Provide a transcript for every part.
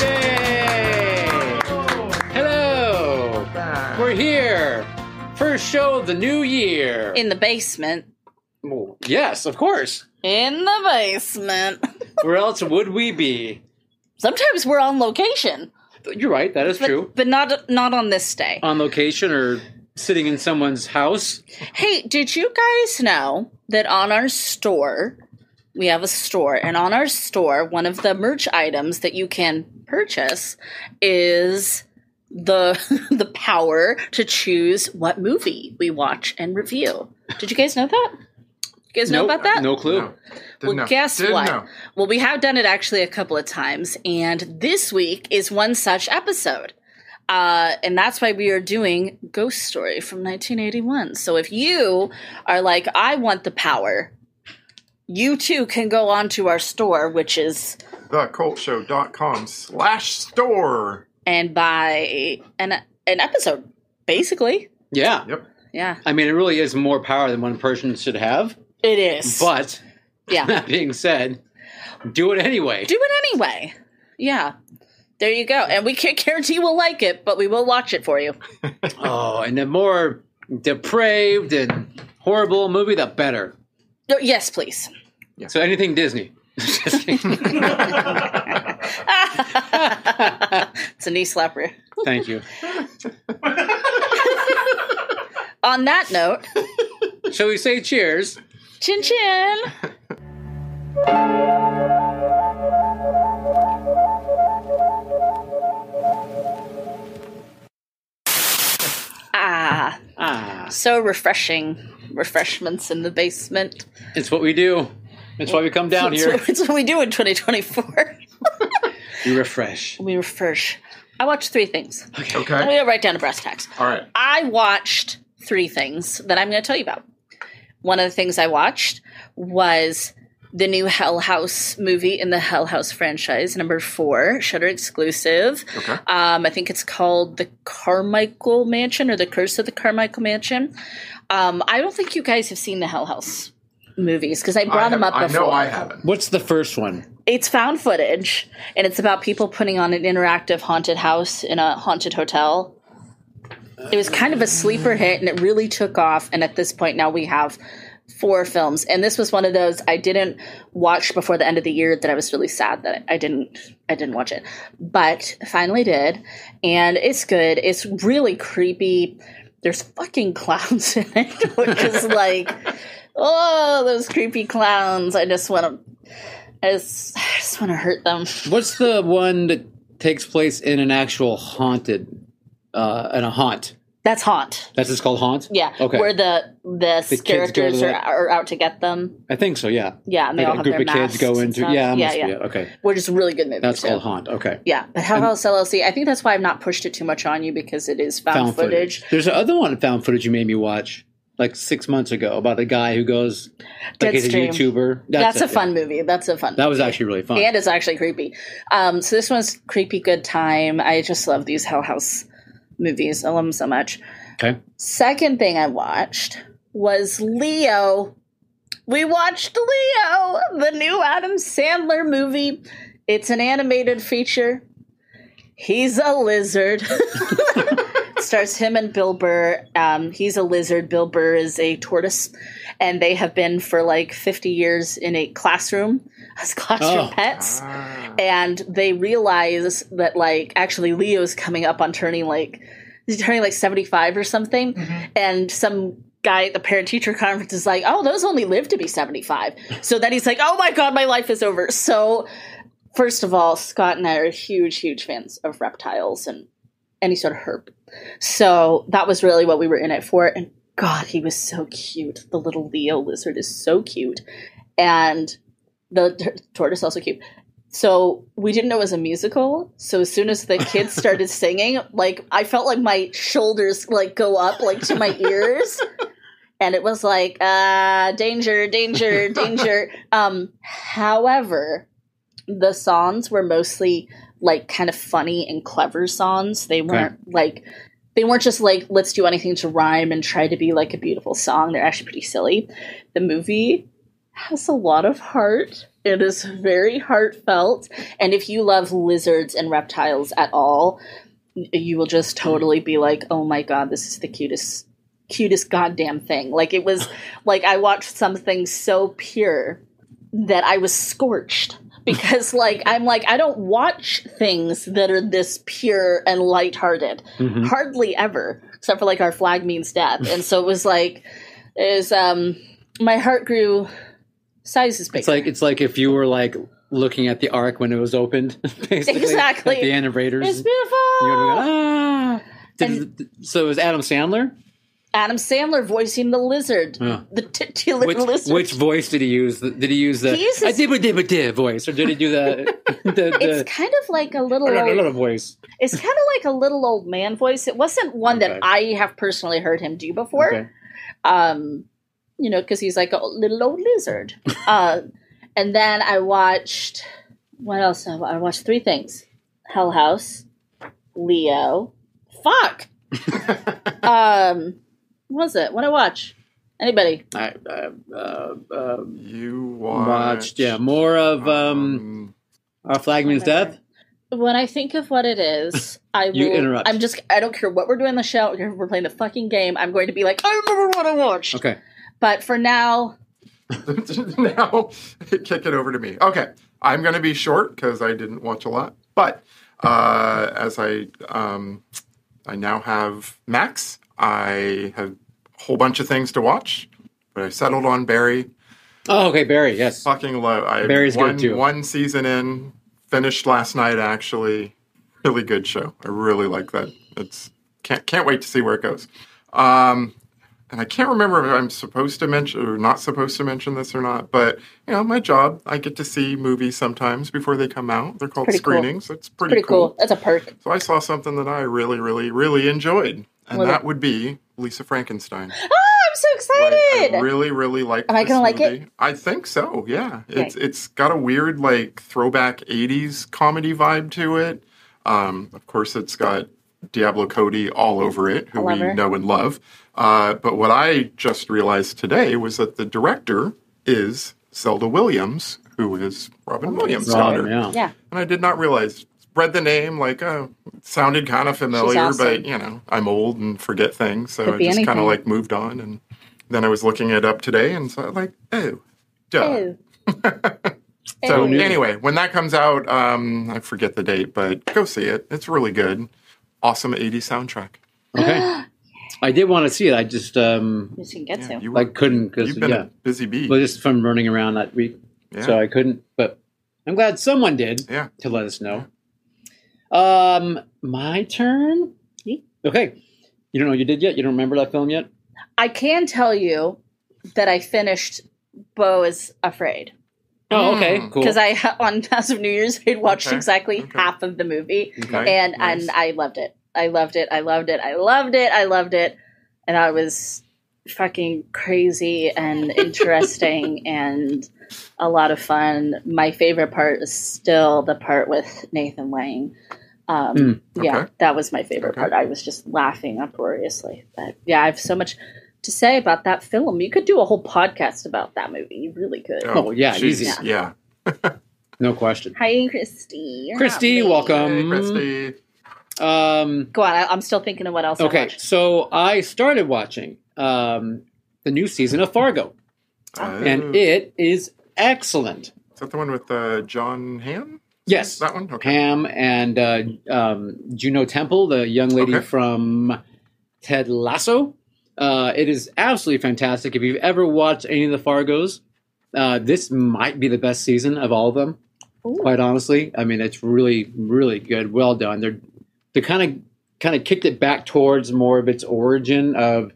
Yay! Hello! We're here! First show of the new year! in the basement. Well, yes, of course! In the basement. Where else would we be? Sometimes we're on location, You're right, that is but, true. but not not on this day. On location or sitting in someone's house. Hey, did you guys know that on our store, we have a store, and on our store, one of the merch items that you can purchase is the the power to choose what movie we watch and review. Did you guys know that? You guys know Nope, about that? No clue. No. Well, Didn't know. guess Didn't what? know. Well, we have done it actually a couple of times, and this week is one such episode. Uh, and that's why we are doing Ghost Story from 1981. So if you are like, I want the power, you too can go on to our store, which is Thecultshow.com slash store. and buy an an episode, basically. Yeah. Yep. Yeah, I mean, it really is more power than one person should have. it is. But yeah, that being said, do it anyway. do it anyway. Yeah, there you go. And we can't guarantee we'll like it, but we will watch it for you. Oh, and the more depraved and horrible movie, the better. No, Yes, please. So anything Disney. Just kidding. It's a knee slapper. Thank you. On that note, Shall we say cheers? chin chin. ah, Ah, so refreshing. Refreshments in the basement. it's what we do. It's why we come down That's here. what, that's what we do in 2024. We refresh. we refresh. I watched three things. I'm Okay. going to write down to brass tacks. All right. I watched three things that I'm going to tell you about. One of the things I watched was the new Hell House movie in the Hell House franchise, number four, Shutter exclusive. Okay. Um, I think it's called the Carmichael Mansion or the Curse of the Carmichael Mansion. Um, I don't think you guys have seen the Hell House movies because I I, brought them have- up I before know I haven't. What's the first one? it's found footage and it's about people putting on an interactive haunted house in a haunted hotel it was kind of a sleeper hit and it really took off and at this point now we have four films and this was one of those i didn't watch before the end of the year that i was really sad that i didn't i didn't watch it but finally did and it's good it's really creepy there's fucking clowns in it which is like oh those creepy clowns i just want to I just, I just want to hurt them. What's the one that takes place in an actual haunted, uh, in a haunt? That's haunt. That's just called haunt. Yeah. Okay. Where the the, kids go characters to are, the- are out to get them. I think so. Yeah. Yeah, and they Like all a have group their of kids masks go and into. stuff. Yeah. it yeah, must yeah. Be it. Okay. Which is a really good movie. That's too. called haunt. Okay. Yeah, but Hell House LLC. I think that's why I've not pushed it too much on you because it is found, footage. There's another one found footage you made me watch like six months ago about the guy who goes like he's a Deadstream. YouTuber. That's, it, a fun movie. That's a fun. yeah. That was actually really fun. and it's actually creepy. Um, so this one's creepy. Good time. I just love these Hell House movies. I love them so much. okay. Second thing I watched was Leo. We watched Leo, the new Adam Sandler movie. It's an animated feature. He's a lizard. Stars him and Bill Burr. Um, he's a lizard. Bill Burr is a tortoise, and they have been for like fifty years in a classroom as Oh. classroom pets Ah. and they realize that like actually Leo's coming up on turning like he's turning like 75 or something and some guy at the parent teacher conference is like oh those only live to be 75 so then he's like oh my god my life is over so first of all Scott and I are huge huge fans of reptiles and any sort of herb so that was really what we were in it for and god he was so cute the little Leo lizard is so cute and the t- tortoise also cute So we didn't know it was a musical. So as soon as the kids started singing, like I felt like my shoulders like go up like to my ears. And it was like, uh, danger, danger, danger. um, however, the songs were mostly like kind of funny and clever songs. They weren't like they weren't just like let's do anything to rhyme and try to be like a beautiful song. They're actually pretty silly. The movie has a lot of heart. It is very heartfelt, and if you love lizards and reptiles at all, y- you will just totally be like, "Oh my god, this is the cutest cutest goddamn thing." Like it was like I watched something so pure that I was scorched because like I'm like I don't watch things that are this pure and lighthearted Mhm. hardly ever except for like our flag means death and so it was like is um my heart grew sizes bigger It's like it's like if you were like looking at the ark when it was opened, basically. Exactly. At the end of Raiders. it's you would've beautiful gone, "Ah." Did- so it was Adam Sandler? Adam Sandler voicing the lizard Yeah. the titular Mm-hmm. Which, lizard which voice did he use? Did he use the He uses- I did what did what did voice, or did he do the the, the it's kind of like a little I don't know, old- not a voice? it's kind of like a little old man voice it wasn't one Okay. that I have personally heard him do before Okay. um you know because he's like a little old lizard uh and then i watched what else have i I watched three things hell house leo fuck um what was it what i watch anybody I, I, uh, uh, You watched, watched yeah more of um, um, Our Flag Means Death. when i think of what it is i will You interrupt. i'm just i don't care what we're doing on the show if we're playing the fucking game i'm going to be like i remember what i watched Okay, but for now now kick it over to me. Okay, I'm going to be short because I didn't watch a lot. But uh, as I um, I now have Max, I have a whole bunch of things to watch. But I settled on Barry. oh okay, Barry. Yes, Fucking love. I Barry's good, one, too. One season in, finished last night. Actually, really good show. I really like that. It's can't can't wait to see where it goes. Um, and I can't remember if I'm supposed to mention or not supposed to mention this or not, but you know, my job, I get to see movies sometimes before they come out. They're called Pretty cool. screenings. It's pretty, pretty cool that's a perk So I saw something that I really, really, really enjoyed, and Love it. that would be Lisa Frankenstein. Ah, i'm so Like, excited I really, really like. Am I this gonna like movie. I think so. Yeah, it's it's got a weird like throwback '80s comedy vibe to it. Um, of course, it's got Diablo Cody all over it, who I love we her. know and love. Uh, but what I just realized today was that the director is Zelda Williams, who is Robin Williams' Oh, Robin, daughter, yeah. yeah and I did not realize. Read the name, like, uh, sounded kind of familiar, awesome. but you know, I'm old and forget things, so Could I be just kind of anything. like moved on and then I was looking it up today, and so I'm like, oh, duh. Ew. So Ew. anyway, when that comes out, um, I forget the date, but go see it. It's really good. Awesome 80s soundtrack. Okay, I did want to see it. I just um You can get Yeah, to. you were, like couldn't because you've been yeah, a busy bee. well just from running around that week, yeah. so I couldn't. But I'm glad someone did yeah. to let us know. Um, my turn. Okay, you don't know what you did yet. You don't remember that film yet. I can tell you that I finished Bo is Afraid Oh, okay, Mm. cool. because I on House of New Year's I watched Okay, exactly okay. half of the movie Mm-hmm. Nice, and nice. and I loved it. I loved it. I loved it. I loved it. I loved it. And I was fucking crazy and interesting and a lot of fun. My favorite part is still the part with Nathan Lane. Um, Hmm, Yeah, okay. that was my favorite Okay. part. I was just laughing uproariously. But yeah, I have so much to say about that film. You could do a whole podcast about that movie. You really could. Oh, yeah, geez, easy. Yeah. no question. Hi, Christy. You're Christy, not me. welcome. Hey, Christy. Uh, Um, Go on. I, I'm still thinking of what else. I okay, watched. so I started watching um, the new season of Fargo, Oh, and it is excellent. is that the one with uh, John Hamm? Yes, That one? Okay. Pam and uh, um, Juno Temple, the young lady Okay. from Ted Lasso. Uh, it is absolutely fantastic. If you've ever watched any of the Fargos, uh, this might be the best season of all of them. Ooh. Quite honestly, I mean, it's really, really good. Well done. They're they kind of kind of kicked it back towards more of its origin of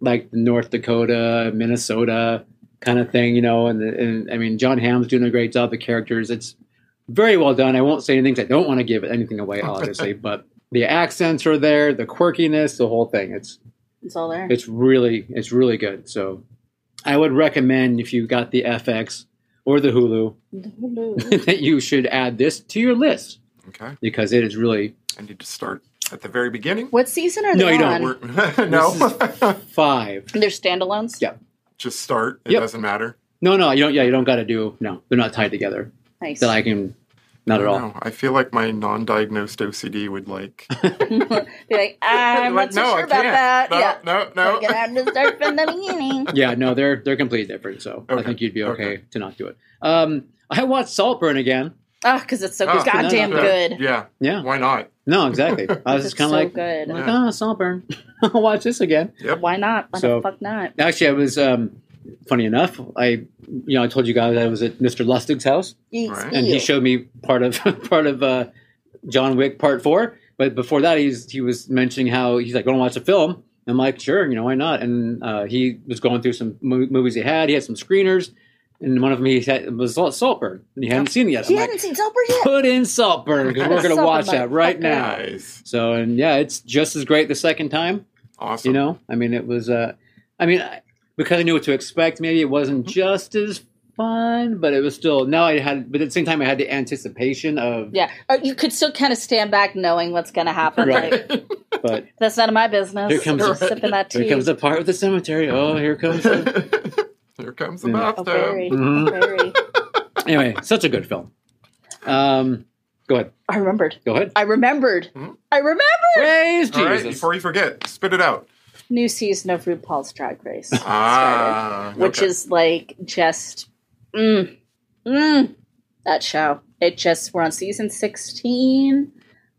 like North Dakota, Minnesota kind of thing, you know. And, the, and I mean, John Hamm's doing a great job. The characters, it's very well done. I won't say anything 'cause I don't want to give anything away, obviously, but the accents are there, the quirkiness, the whole thing. It's It's all there. it's really it's really good. So I would recommend if you got the FX or the Hulu that you should add this to your list Okay. because it is really I need to start at the very beginning. what season are No, they you don't. on? We're- no, five. They're standalones. Yeah. just start. It Yep. doesn't matter. No, no, you don't. Yeah, you don't got to do. No, they're not tied together. Nice. That I can. Not at all. No, I feel like my non-diagnosed OCD would like. Be like, I'm not like, so sure about that. No, yeah. no, Gotta no, Get out and start from the beginning. Yeah, no, they're they're completely different. So I Okay. think you'd be okay, Okay. to not do it. Um, I watched Saltburn again. Oh, because it's so Oh, goddamn no, no, no. good. Yeah, Yeah, why not? no, exactly. I was It's just kind of so like, good. like, Yeah. oh, Saltburn. I'll watch this again. Why not? Why So- the fuck not? Actually, I was um, funny enough. I, you know, I told you guys I was at Mr. Lustig's house, Eat, Right. and he eat. showed me part of part of uh, John Wick Part Four. But before that, he's he was mentioning how he's like, "Want to watch a film?" I'm like, "Sure, you know, why not?" And uh, he was going through some mo- movies he had. He had some screeners, and one of them he had was Salt- Saltburn, and he hadn't seen it yet. He I'm like, hadn't seen Sober yet. put in Saltburn because we're going to Saltburn, watch that right motherfucker. now. Nice, So, and yeah, it's just as great the second time awesome. you know i mean it was uh i mean I- because i knew what to expect maybe it wasn't just as fun but it was still now i had but at the same time i had the anticipation of Yeah, or you could still kind of stand back knowing what's going to happen. Right. Like, but that's none of my business. Here comes the- sipping that tea. here comes the part with the cemetery oh here comes the- Here comes the Yeah. oh, bathtub. very, Mhm. very. Mm-hmm. anyway such a good film um go ahead I remembered. go ahead I remembered. Hmm? I remember. praise All right, jesus before you forget, spit it out. New season of RuPaul's Drag Race, Ah, which okay. is like just, mm, mm, that show. It just we're on season sixteen.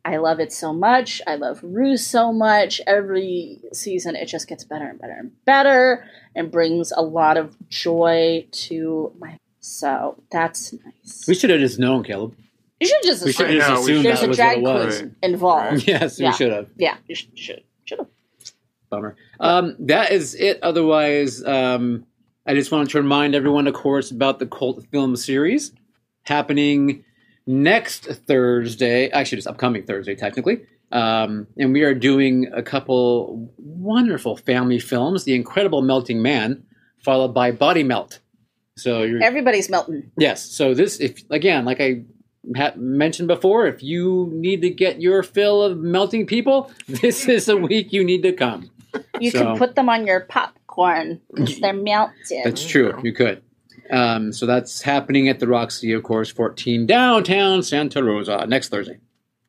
I love it so much. I love Rue so much. Every season, it just gets better and better and better, and brings a lot of joy to my. So that's nice. we should have just known caleb you should just we should have I just know, we assumed should- there's that a was what it drag was queen involved. Right. yes Yeah. we should have Yeah, you should should should have. Bummer. Um, that is it. Otherwise, um, I just wanted to remind everyone, of course, about the cult film series happening next Thursday. Actually, it's upcoming Thursday, technically. Um, and we are doing a couple wonderful family films: The Incredible Melting Man, followed by Body Melt. So you're Everybody's melting. Yes. So this, if again, like I ha- mentioned before, if you need to get your fill of melting people, this is the week you need to come. You So- can put them on your popcorn. 'cause They're melted. That's There true. you go. You could. Um, so that's happening at the Roxy, of course, 14 downtown Santa Rosa next Thursday.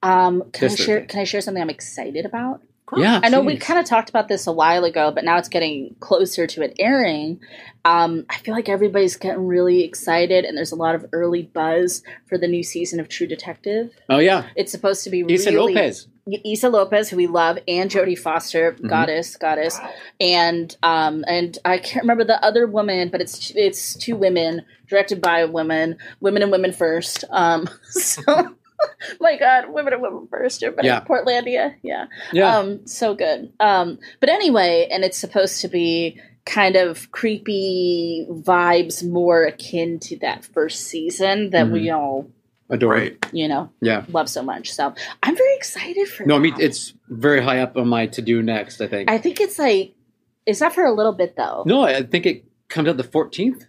um, can I This share? Thursday. Can I share something I'm excited about? Cool. Yeah, I know we jeez. kind of talked about this a while ago, but now it's getting closer to it airing. Um, I feel like everybody's getting really excited, and there's a lot of early buzz for the new season of True Detective. Oh yeah, It's supposed to be Issa really Lopez. Issa Lopez, who we love, and Jodie Foster, Mm-hmm. goddess, goddess, and um, and I can't remember the other woman, but it's it's two women directed by women, women and women first. Um, so my God, women and women first, but Yeah. yeah. Portlandia, yeah, Yeah, um, so good. Um, but anyway, and it's supposed to be kind of creepy vibes, more akin to that first season that we all adorable. Right. you know Mm-hmm. Yeah. love so much. So I'm very excited for. No, I mean that. it's very high up on my to do next. I think. I think it's like it's not for a little bit though. no, I think it comes out the 14th.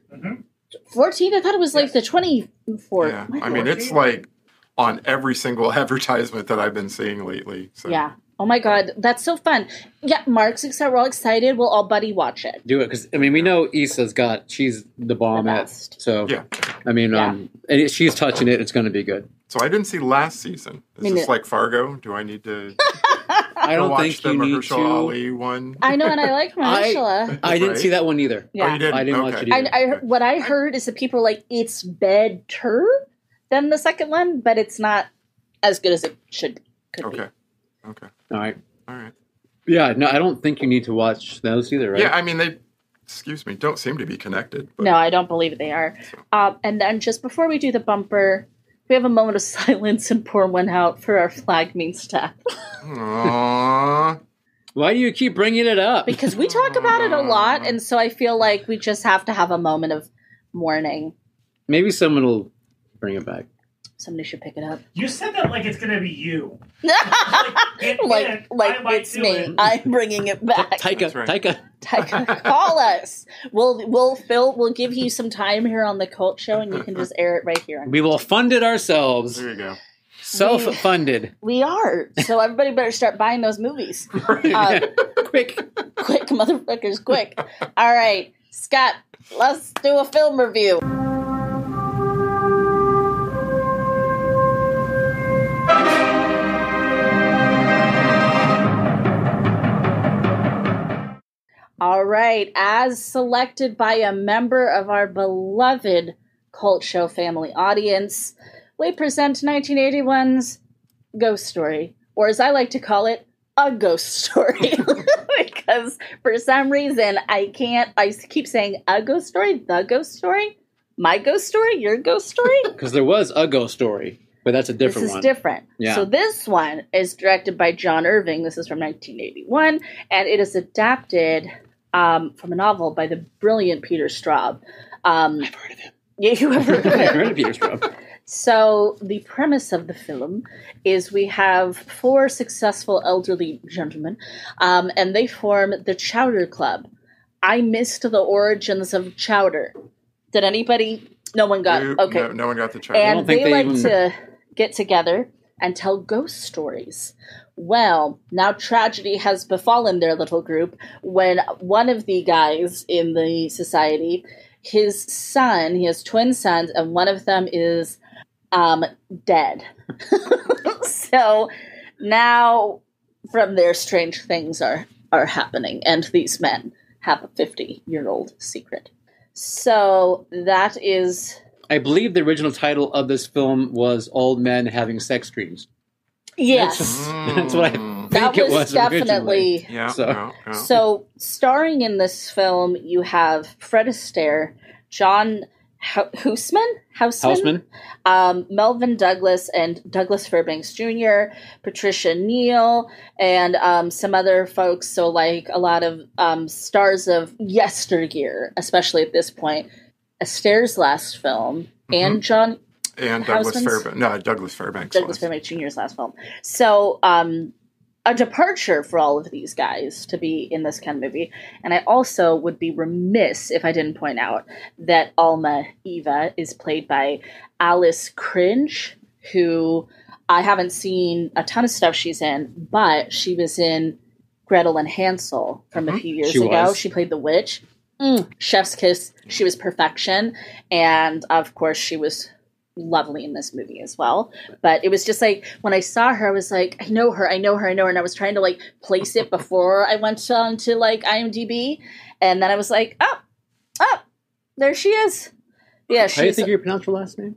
14, I thought it was like the 24. Yeah. My I mean, lord. it's like on every single advertisement that I've been seeing lately. So. yeah. Oh my god, that's so fun. Yeah, Mark's excited. We're all excited. We'll all buddy watch it. Do it because I mean we know Issa's got she's the bomb The at best. so Yeah. I mean Yeah. um and it, she's touching it it's going to be good. So I didn't see last season. Is Me this neither. like Fargo? Do I need to I don't watch think the you need to. Mahershala Ali one? I know, and I like Marshall. I didn't Right? see that one either. Yeah. Oh, you didn't? I didn't okay. watch it I, either. I, what I heard is that people are like, it's better than the second one, but it's not as good as it should could Okay. Okay. All right. All right. Yeah, no, I don't think you need to watch those either, right? Yeah, I mean, they, excuse me, don't seem to be connected. be. But No, I don't believe they are. Um, and then just before we do the bumper, we have a moment of silence and pour one out for our flag means death. Aw. Why do you keep bringing it up? because we talk about it a lot and so i feel like we just have to have a moment of mourning Maybe someone will bring it back. Somebody should pick it up. You said that like it's gonna be you. It like, can't. I like might it's do me. it. I'm bringing it back. Taika, That's right. Taika. Tyke, call us. We'll we'll Phil. We'll give you some time here on the Cult Show, and you can just air it right here. On- We will fund it ourselves. There you go. Self-funded. we are so everybody better start buying those movies. Um, Quick. quick, motherfuckers, quick! All right, Scott, let's do a film review. All right, as selected by a member of our beloved cult show family audience, we present 1981's Ghost Story, or as I like to call it, a ghost story. because for some reason, I can't, I keep saying a ghost story, the ghost story, my ghost story, your ghost story. Because there was a ghost story, but that's a different this is one. different. Yeah. So this one is directed by John Irving. This is from 1981, and it is adapted um, from a novel by the brilliant Peter Straub. Um, I've heard of him. Yeah, you have heard of him. Right, Peter Straub. So the premise of the film is we have four successful elderly gentlemen, um, and they form the Chowder Club. I missed the origins of Chowder. Did anybody? No one got. You- okay, No, no one got the check. don't and think they, they like even- to get together and tell ghost stories. Well, now tragedy has befallen their little group when one of the guys in the society, his son, he has twin sons, and one of them is um, dead. so now, from there, strange things are are happening, and these men have a fifty year old secret. So that is I believe the original title of this film was "Old Men Having Sex Dreams." yes. That's what I think that it was, was originally. definitely Mm. Yeah. So- yeah, yeah. so starring in this film you have fred astaire john Ho- Houseman? Houseman, Houseman. Um, Melvin Douglas, and Douglas Fairbanks Jr., Patricia Neal, and um, some other folks. So, like a lot of um, stars of yesteryear, especially at this point. Astaire's last film and John and Douglas Houseman's- Fairbanks. No, Douglas Fairbanks. Douglas was. Fairbanks Jr.'s last film. So, um, a departure for all of these guys to be in this kind of movie. And I also would be remiss if I didn't point out that Alma Eva is played by Alice Cringe, who I haven't seen a ton of stuff she's in, but she was in Gretel and Hansel from a few years Uh-huh. She ago. was. She played the witch. Mm, chef's kiss. She was perfection. And of course, she was lovely in this movie as well. But it was just like when I saw her, I was like, I know her, I know her, I know her. And I was trying to like place it before I went on to like IMDb. And then I was like, oh, oh, there she is. Yeah, How do you she's. think you pronounce her last name?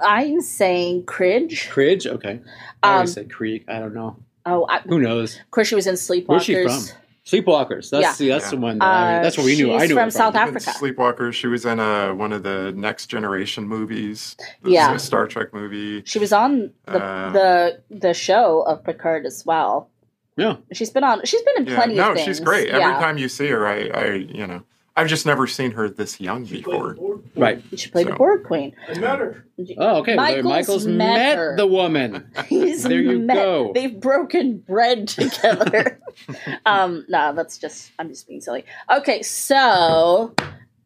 I'm saying cringe. Cridge. Okay. I Um, always say Creek. I don't know. Oh, I, of Who knows? course, she was in Sleepwalkers. Where's she from? Sleepwalkers. That's Yeah. see, that's Yeah. the one. That I, Uh, that's what we knew. she's I knew from it South Even Africa. Sleepwalker. She was in uh one of the Next Generation movies. This Yeah. is a Star Trek movie. She was on the, Uh, the the show of Picard as well. Yeah. She's been on. She's been in Yeah. plenty No, of things. she's great. yeah. Every time you see her, I, I, you know, I've just never seen her this young She played the before. board. Right. She played the So. board queen. I met her. Oh, okay. Michael's, Michael's Michael's met met, her. the woman. He's There you met, go. They've broken bread together. um, no, that's just I'm just being silly. Okay, so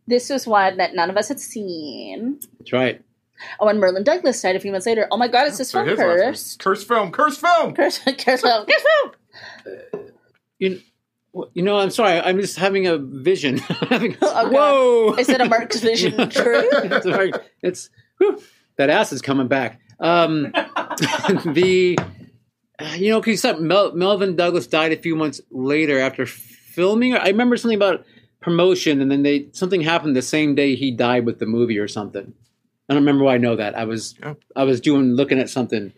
this was one that none of us had seen. That's right. Oh, and Merlin Douglas died a few months later. Oh my god, it's this So from his last name- Cursed? Curse film. Curse film. Cursed, cursed, cursed, cursed. You, well, you know, I'm sorry. I'm just having a vision. Having- God. Whoa! Is it a Mark's vision true? it's, very- it's- whew, that ass is coming back. Um, the you know, because Mel, Melvin Douglas died a few months later after filming. I remember something about promotion, and then they something happened the same day he died with the movie or something. I don't remember why I know that. I was Oh. I was doing looking at something.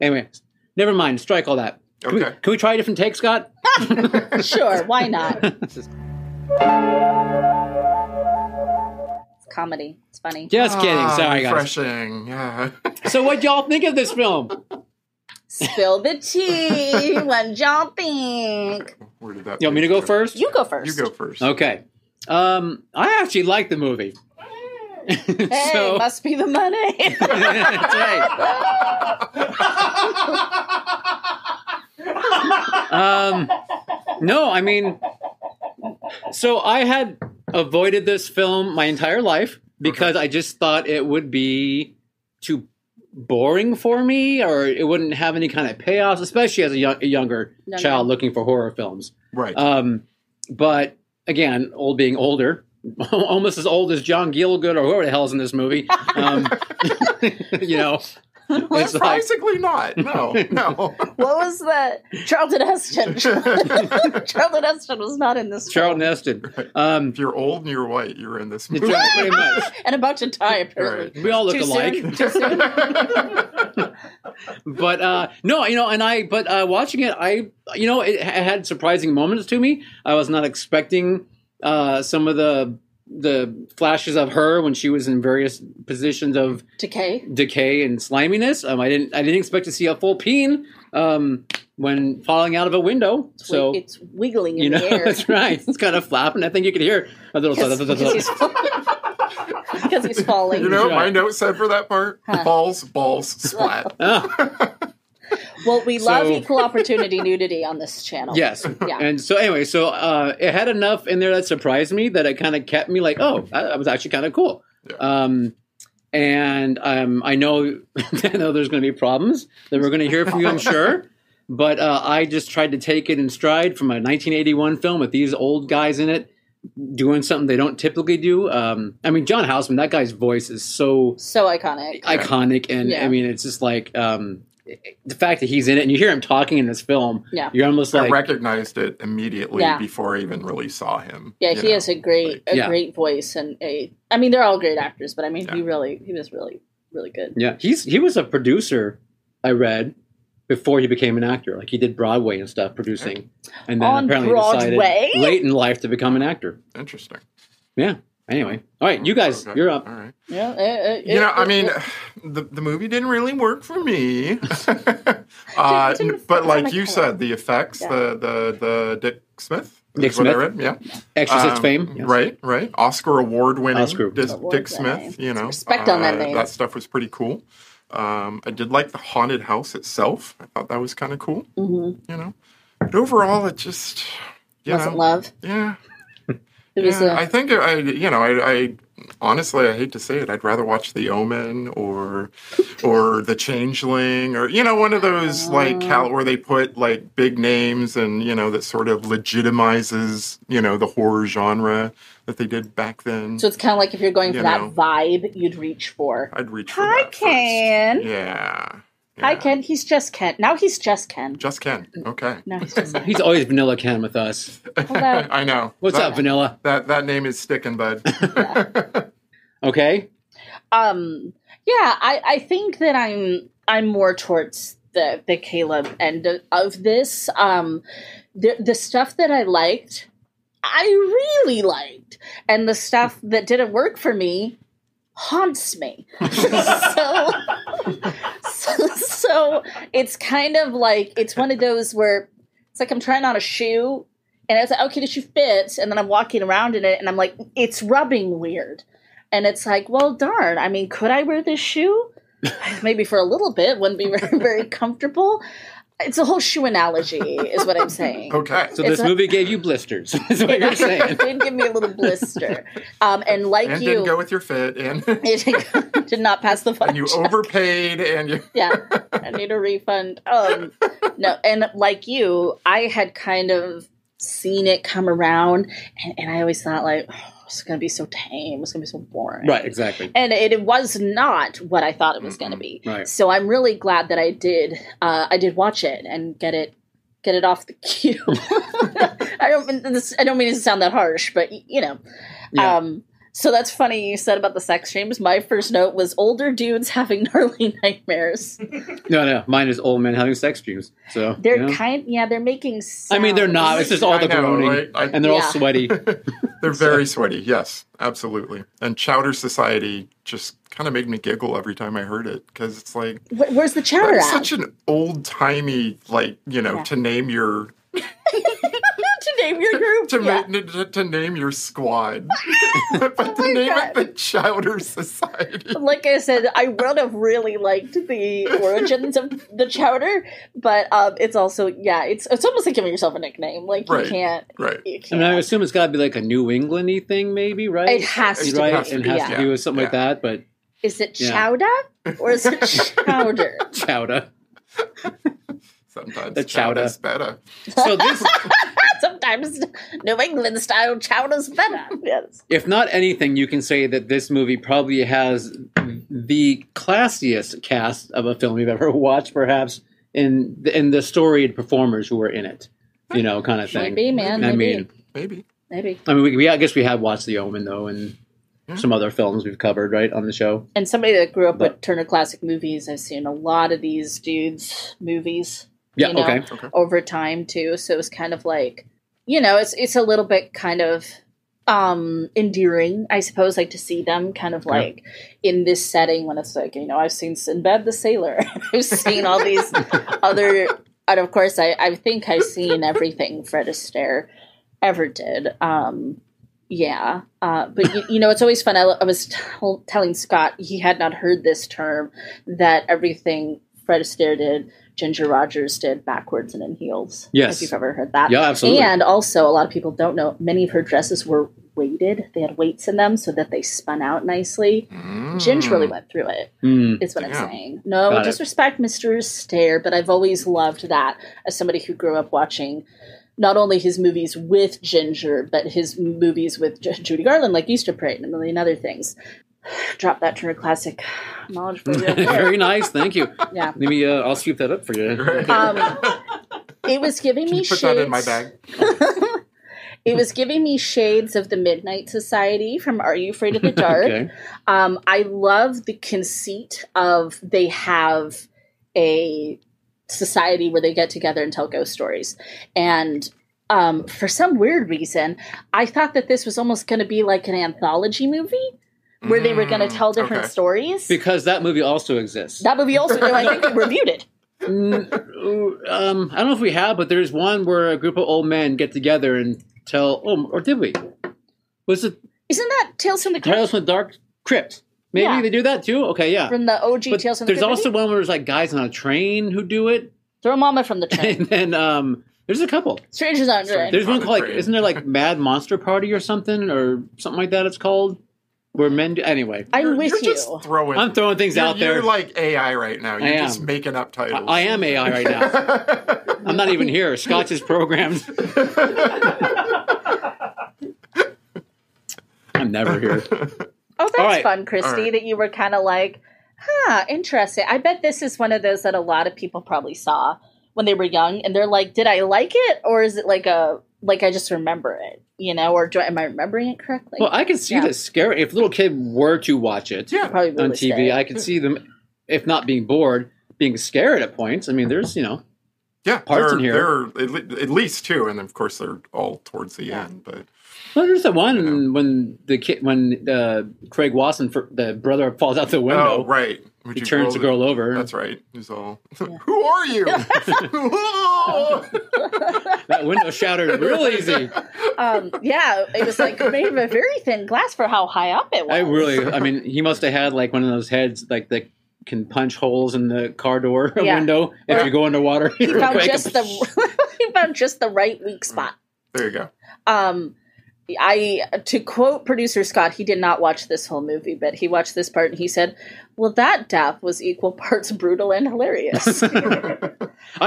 Anyway, never mind. Strike all that. Can, we, Okay. can we try a different take, Scott? Sure, why not? This is- It's comedy. It's funny. Just kidding. Ah, Sorry, guys. refreshing. Yeah. So, what y'all think of this film? Spill the tea. what y'all think? Where did that? You want me to go first? You go first. You go first. Okay. Um, I actually like the movie. Hey, So- must be the money. That's right. um, no, I mean, so I had avoided this film my entire life because I just thought it would be too boring for me or it wouldn't have any kind of payoffs, especially as a, young, a younger Younger. child looking for horror films. Right. Um, but again, old being older, almost as old as John Gielgud or whoever the hell's in this movie. Um, you know, it's like Surprisingly not. No, no. what was that? Charlton Heston. Charlton Heston was not in this. film. Charlton Heston. Um, if you're old and you're white, you're in this it's movie. right, pretty much. and about to die apparently. We all look Too alike, soon. Too soon. but uh, no, you know, and I, but uh, watching it, I, you know, it, ha- had surprising moments to me. I was not expecting uh, some of the the flashes of her when she was in various positions of Decay. decay and sliminess. Um, I didn't I didn't expect to see a full peen um, when falling out of a window. So it's wiggling in you know the air that's right. It's kind of flapping. I think you could hear a little. because because he's because he's falling. You know, Right. my note said for that part: balls, balls, splat. Ah, well, we love So- equal opportunity nudity on this channel. yes. Yeah. And so anyway, so uh, it had enough in there that surprised me that it kind of kept me like, oh, that that was actually kind of cool. Yeah. Um, and um, I know I know there's going to be problems that we're going to hear from you, I'm sure. But uh, I just tried to take it in stride from a 1981 film with these old guys in it doing something they don't typically do. Um, I mean, John Houseman, that guy's voice is so So iconic. iconic, and Yeah. I mean, it's just like um, the fact that he's in it, and you hear him talking in this film. Yeah. you're almost I like recognized it immediately Yeah. before I even really saw him. Yeah, you he know. has a great a Yeah. great voice and a I mean they're all great actors, but I mean he Yeah. really he was really really good. Yeah, he's he was a producer. I read before he became an actor. Like he did Broadway and stuff, producing, and then On apparently Broadway? decided late in life to become an actor. Interesting. Yeah. Anyway, all right, you guys, Okay. you're up. All right. Yeah, uh, uh, You know, I mean, uh, the, the movie didn't really work for me. uh, Didn't- didn't but like affect you my said, the effects, Yeah. the, the the Dick Smith, Dick is what I Smith. read, yeah, Exorcist Um, fame, Yes. right, right, Oscar award winning, Oscar award Dick winning. Smith. You know, Respect on that uh, name. That stuff was pretty cool. Um, I did like the haunted house itself. I thought that was kind of cool. mhm. You know, but overall, it just you wasn't know, love. yeah, It was uh, yeah, I a think I, you know, I, I honestly, I hate to say it, I'd rather watch The Omen or, or The Changeling or you know, one of those Uh. like cal- where they put like big names and you know that sort of legitimizes you know the horror genre that they did back then. so it's kind of like if you're going for You that know. vibe you'd reach for. I'd reach for Hi that first. Ken. Yeah. Hi Yeah. Ken, he's just Ken. Now he's just Ken. Just Ken. Okay. No, he's just Ken. He's always Vanilla Ken with us. Hello. I know. What's that, up, Vanilla? That that name is sticking, bud. Okay. um yeah i i think that i'm i'm more towards the the caleb end of, of this um the the stuff that i liked i really liked and the stuff that didn't work for me haunts me so, so so it's kind of like it's one of those where it's like i'm trying on a shoe and it's like okay the shoe fits and then i'm walking around in it and i'm like it's rubbing weird and it's like, well, darn. I mean, could I wear this shoe? Maybe for a little bit, wouldn't be very, very comfortable. It's a whole shoe analogy, is what I'm saying. Okay. So It's this a- movie gave you blisters. That's what you're saying. It did give me a little blister, um, and like and you, didn't go with your fit, and it did not pass the and you function. overpaid, and you. yeah, I need a refund. Um, no, and like you, I had kind of seen it come around, and, and I always thought like, oh, it's going to be so tame. It's going to be so boring. Right. Exactly. and it, it was not what I thought it was going to be. Right. So I'm really glad that I did. Uh, I did watch it and get it get it off the queue. I don't mean this. I don't mean to sound that harsh, but y- you know. Yeah. Um, so that's funny you said about the sex dreams. My first note was older dudes having gnarly nightmares. No, no. Mine is old men having sex dreams. So They're you know. kind. Yeah, they're making. Sounds. I mean, they're not. It's just Uh, all the I know, groaning, right? I- and they're all Yeah. sweaty. They're very sweaty. Yes, absolutely. And Chowder Society just kind of made me giggle every time I heard it because it's like Where- where's the chowder that's at? such an old timey like you know Yeah. to name your to name your group. to, yeah. ma- to, to name your squad, but to name God. it the Chowder Society. like I said, I would have really liked the origins of the chowder, but um, it's also yeah, it's it's almost like giving yourself a nickname. Like Right. you can't, Right. you I mean, can't. I assume it's got to be like a New Englandy thing, maybe, right? It has It's- to right? be. has to it be, has yeah. to do with something like that, but Is it Yeah. chowder or is it chowder? chowder. Sometimes The chowder. chowder's better. So this, Sometimes New England style chowder's better. Yes. if not anything, you can say that this movie probably has the classiest cast of a film you've ever watched, perhaps in the, in the storied performers who were in it, you know, kind of thing. Maybe, man. I maybe. mean, Maybe. maybe. I mean, we, we I guess we had watched The Omen though, and some other films we've covered right on the show. And somebody that grew up with But- Turner Classic Movies, I've seen a lot of these dudes' movies. Yeah, you know, okay. Okay. Over time too, so it's kind of like, you know, it's it's a little bit kind of um endearing, I suppose, like to see them kind of like in this setting when it's like, you know, I've seen Sinbad the Sailor, I've seen all these other, and of course, I I think I've seen everything Fred Astaire ever did. Um, yeah, uh, but you, you know, it's always fun. I, I was tell telling Scott he had not heard this term that everything Fred Astaire did, Ginger Rogers did backwards and in heels. Yes. if you've ever heard that. Yeah, absolutely. And also, a lot of people don't know many of her dresses were weighted; they had weights in them so that they spun out nicely. Mm. Ginger Hmm. really went through it Mm, is what Yeah. I'm saying. No Got it. disrespect, Mr. Astaire, but I've always loved that as somebody who grew up watching not only his movies with Ginger, but his movies with J- Judy Garland, like Easter Parade and a million other things. Drop that Turner Classic knowledge for real quick. very nice, thank you. Yeah. Let me. Uh, I'll scoop that up for you. Um, it was giving Can me you put shades. that in my bag? It was giving me shades of the Midnight Society from Are You Afraid of the Dark? Okay. Um, I love the conceit of they have a society where they get together and tell ghost stories. And um, for some weird reason, I thought that this was almost going to be like an anthology movie where they were going to Mm, tell different okay. stories. Because that movie also exists. that movie also, I think we reviewed it. Mm, um, I don't know if we have, but there's one where a group of old men get together and tell. Oh, or did we? Was it Isn't that Tales from the Crypt? Tales from the Dark Crypt? Maybe Yeah. they do that too. Okay, yeah. From the OG But Tales from the there's Crypt? also movie? one where there's like guys on a train who do it, Throw Mama from the Train. and then um, there's a couple. Strangers on Sorry. Train. There's one On the called like, train. isn't there like Mad Monster Party or something or something like that? It's called where men do anyway. I'm You're- with you're you. Just throwing. I'm throwing things you're, out there. You're like AI right now. You're I just am. making up I, titles. I am AI right now. I'm not even here. Scott's is programmed. I'm never here. Oh, that's All right. fun, Christy, All right. that you were kind of like, huh, interesting. I bet this is one of those that a lot of people probably saw when they were young and they're like, did I like it or is it like a like I just remember it, you know, or do I, am I remembering it correctly? Well, I can see Yeah. the scary. If a little kid were to watch it Yeah. probably really on TV, scary. I can see them, if not being bored, being scared at points. I mean, there's, you know, Yeah, Parts there, in here. There are at, le- at least two, and of course they're all towards the end. But well, there's the one when the kid, when uh, Craig Wasson, for, the brother, falls out the window. oh, right, Would He you turns roll the the- girl over. That's right. He's all. Who are you? That window shattered real easy. um, yeah, it was like made of a very thin glass for how high up it was. I really, I mean, he must have had like one of those heads like that can punch holes in the car door or Yeah. window if you go underwater. he found just the he found just the right weak spot. there you go. Um, I to quote producer Scott, he did not watch this whole movie, but he watched this part and he said, "Well, that death was equal parts brutal and hilarious." I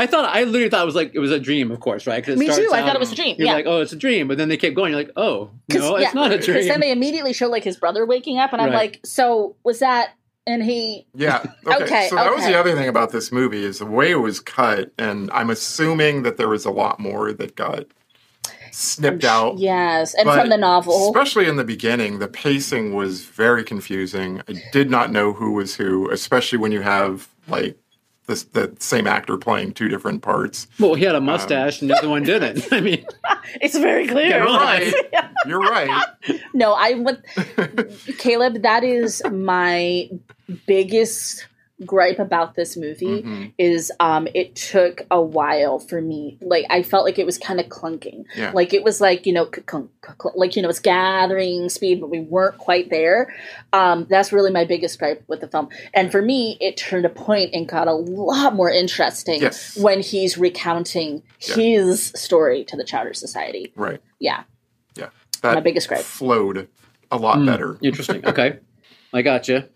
thought I literally thought it was like it was a dream, of course, right? 'Cause it Me starts too. I out- thought it was a dream. You're yeah. like, oh, it's a dream, but then they kept going. You're like, oh, 'Cause- no, yeah. it's not a Because then dream. they immediately show like his brother waking up, and I'm Right. like, "So was that?" And he, Yeah. Okay. Okay, so that was okay. the other thing about this movie is the way it was cut, and I'm assuming that there was a lot more that got snipped out. yes, and But from the novel, Especially in the beginning, the pacing was very confusing. I did not know who was who, especially when you have like this, the same actor playing two different parts. Well, he had a mustache and the other one didn't. I mean, it's very clear. You're right. You're right. No, I would, Caleb. That is my biggest gripe about this movie Mhm. is um it took a while for me like i felt like it was kind of clunking Yeah. like it was like you know clunk, clunk, like you know it's gathering speed but we weren't quite there um that's really my biggest gripe with the film and for me it turned a point and got a lot more interesting Yes. when he's recounting Yeah. his story to the chowder society Right. yeah Yeah. my That biggest gripe flowed a lot Hmm, better. Interesting. Okay, I gotcha.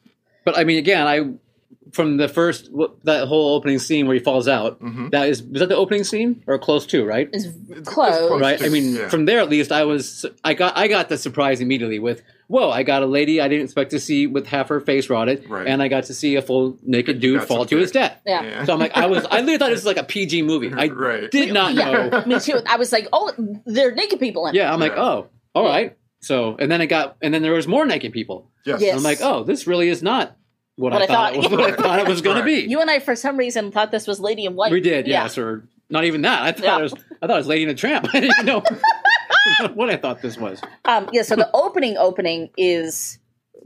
But I mean, again, I from the first wh- that whole opening scene where he falls out. Mhm. That is was that the opening scene or close to right? is it's close close. Right. I mean, Yeah. from there at least, I was I got I got the surprise immediately with whoa! I got a lady I didn't expect to see with half her face rotted, Right. and I got to see a full naked dude got fall to something. his death. yeah. Yeah. So I'm like, I was I literally thought this was like a PG movie. I Right. did not know. yeah, me too. I was like, oh, they're naked people in it. Yeah, I'm like, Yeah. oh, all right. So, and then it got, and then there was more naked people. Yes. Yes. And I'm like, oh, this really is not what, I, thought, it was, what I thought it was going Right. to be. You and I, for some reason, thought this was Lady in White. we did, Yeah. yes, or not even that. I thought Yeah. it was, I thought it was Lady and the Tramp. I didn't even know what I thought this was. Um, yeah. So the opening opening is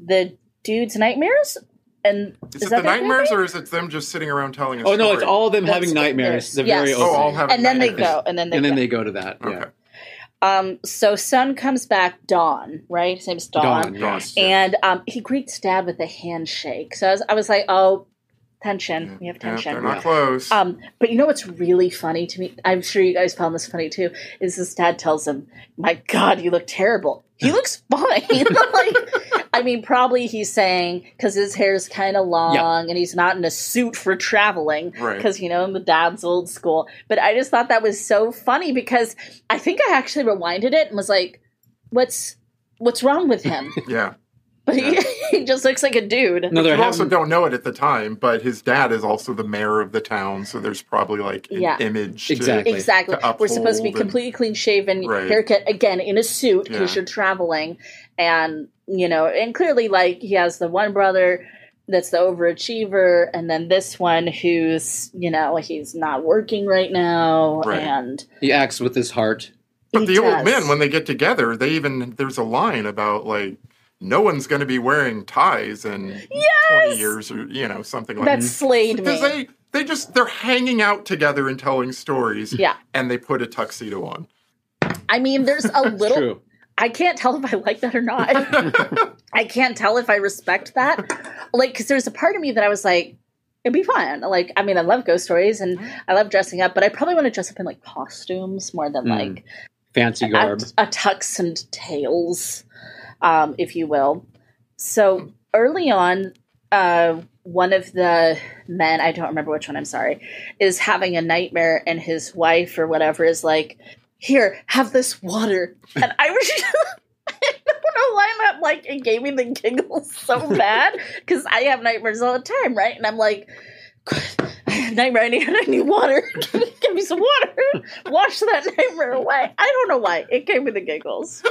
the dude's nightmares, and Is, is that it the their nightmares or is it them just sitting around telling us? Oh no, it's all them That's having what it nightmares. is. The Yes. very Oh, opening. Oh, all have and then they nightmares. go, and then they and go. then they go to that. Okay. Yeah. um, so Sun comes back, Dawn, right? His name's Dawn. Dawn, Yes. and um, he greets Dad with a handshake. So I was, I was like, oh, tension. We have Yeah, tension. they're not Yeah. close. Um, but you know what's really funny to me? I'm sure you guys found this funny too. Is his dad tells him, "My God, you look terrible." He looks fine. like, I mean, probably he's saying because his hair is kind of long and he's not in a suit for traveling Right. because you know the dad's old school. But I just thought that was so funny because I think I actually rewinded it and was like, "What's what's wrong with him?" yeah. but he, he just looks like a dude. No, they're You also having, don't know it at the time, but his dad is also the mayor of the town, so there's probably like an Yeah. image. to- Exactly. Exactly. to We're supposed to be uphold and- completely clean shaven, Right. haircut again in a suit because Yeah. you're traveling, and you know, and clearly, like he has the one brother that's the overachiever, and then this one who's you know he's not working right now, Right. and he acts with his heart. But he the old does. men, when they get together, they even there's a line about like no one's going to be wearing ties in Yes! 20 years or you know something like that slayed me. because they they just they're hanging out together and telling stories. Yeah. and they put a tuxedo on. I mean, there's a little. True. I can't tell if I like that or not. I can't tell if I respect that. Like, because there's a part of me that I was like, it'd be fun. Like, I mean, I love ghost stories and I love dressing up, but I probably want to dress up in like costumes more than Mm. like Fancy a, garb. a tux and tails, um, if you will. So early on, uh, one of the men, I don't remember which one, I'm sorry, is having a nightmare, and his wife or whatever is like, Here, have this water. And I was just. I don't know why I'm like, it gave me the giggles so bad because I have nightmares all the time, right? And I'm like, I have nightmare. I need, I need water. Give me some water. Wash that nightmare away. I don't know why. It gave me the giggles.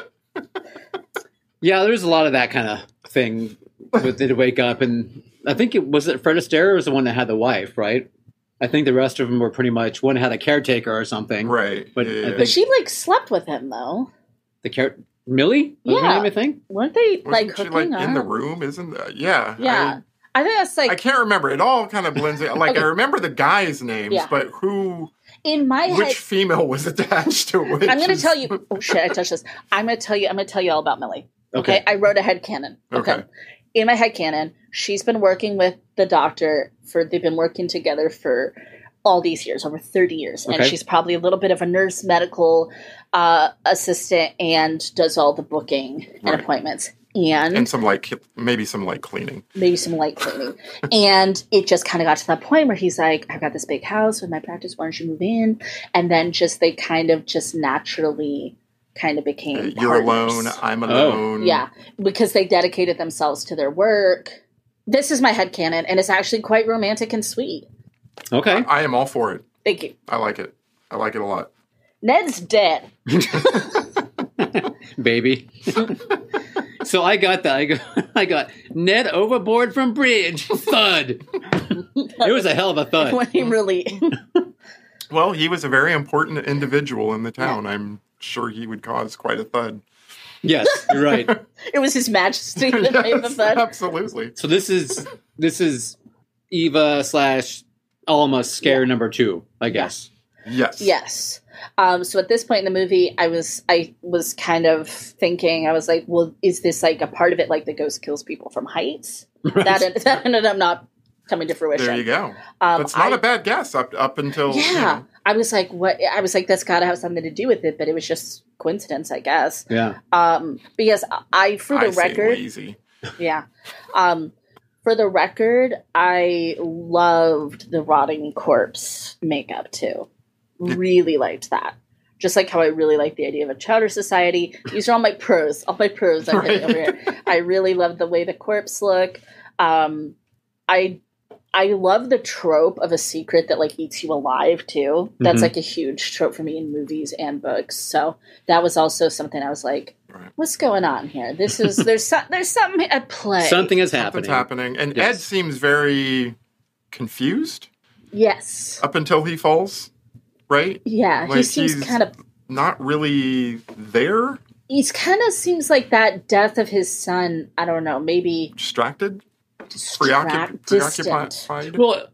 Yeah, there's a lot of that kind of thing with the wake up, and I think it was it Fred Astaire was the one that had the wife, right? I think the rest of them were pretty much one had a caretaker or something. Right. But uh, yeah. I But she like slept with him though. The care Millie, was her Yeah. name, I think. Weren't they Wasn't like she hooking like up? in the room? Isn't that? Yeah. Yeah. I, think that's I, like I can't remember. It all kind of blends in. Like Okay. I remember the guys' names, Yeah. but who, in my which head. female was attached to which? I'm gonna is- tell you. Oh shit! I touched this. I'm gonna tell you. I'm gonna tell you all about Millie. Okay. Okay. I wrote a head canon. Okay. Okay. In my head canon, she's been working with the doctor for. They've been working together for all these years, over 30 years, and Okay. she's probably a little bit of a nurse, medical uh, assistant, and does all the booking Right. and appointments. and some like maybe some like cleaning. maybe some light cleaning. and it just kind of got to that point where he's like, I've got this big house with my practice. Why don't you move in? And then just they kind of just naturally kind of became You're partners. alone. um, Oh. I'm alone. Yeah, because they dedicated themselves to their work. This is my headcanon, and it's actually quite romantic and sweet. Okay. I am all for it. Thank you. I like it. I like it a lot. Ned's dead. Baby. so I got that. I got, I got Ned overboard from bridge. Thud. it was a hell of a thud. When he really Well, he was a very important individual in the town. I'm sure he would cause quite a thud. Yes, you're right. it was his majesty that made the Yes, fun. absolutely. So this is this is Eva slash Alma scare number two, I guess. Yes. Yes. Um, so at this point in the movie, I was I was kind of thinking I was like, well, is this like a part of it like the ghost kills people from heights? That, en- that ended up not coming to fruition. There you go. Um, That's not I- a bad guess up up until you yeah. know, I was like, what? I was like, that's got to have something to do with it, but it was just coincidence, I guess. Yeah. Um, because I, for the I say record, lazy. yeah. Um, for the record, I loved the rotting corpse makeup too. Really liked that. Just like how I really like the idea of a chowder society. These are all my pros. All my pros I'm hitting over here. I really love the way the corpse look. Um, I I love the trope of a secret that like eats you alive too. That's Mhm. like a huge trope for me in movies and books. So that was also something I was like, Right. what's going on here? This is there's so, there's something at play. Something is Something's happening. happening, and Yes. Ed seems very confused Yes. up until he falls. Right? Yeah, he Like, seems he's- kind of Not really there. he's kind of seems like that death of his son, I don't know, maybe Distracted. distract, Preoccup- distant. preoccupied. Well,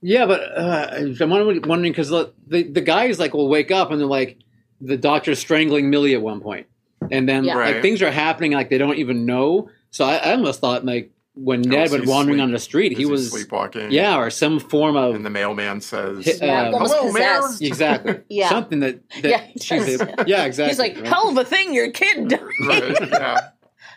yeah, but uh, I'm wondering wondering because the, the the guys like will wake up and they're like the doctor's strangling Millie at one point, and then Yeah. Right. like things are happening like they don't even know. So I, I almost thought like when Ned so was he's wandering sleep- on the street, Is he was sleepwalking. yeah, or some form of And the mailman says, Hit- Yeah, Um, almost "Hello, Mayor." possessed. exactly Yeah. something that, that Yeah, he she's does. a- yeah exactly. He's like, right? hell of a thing your kid died. Right, yeah.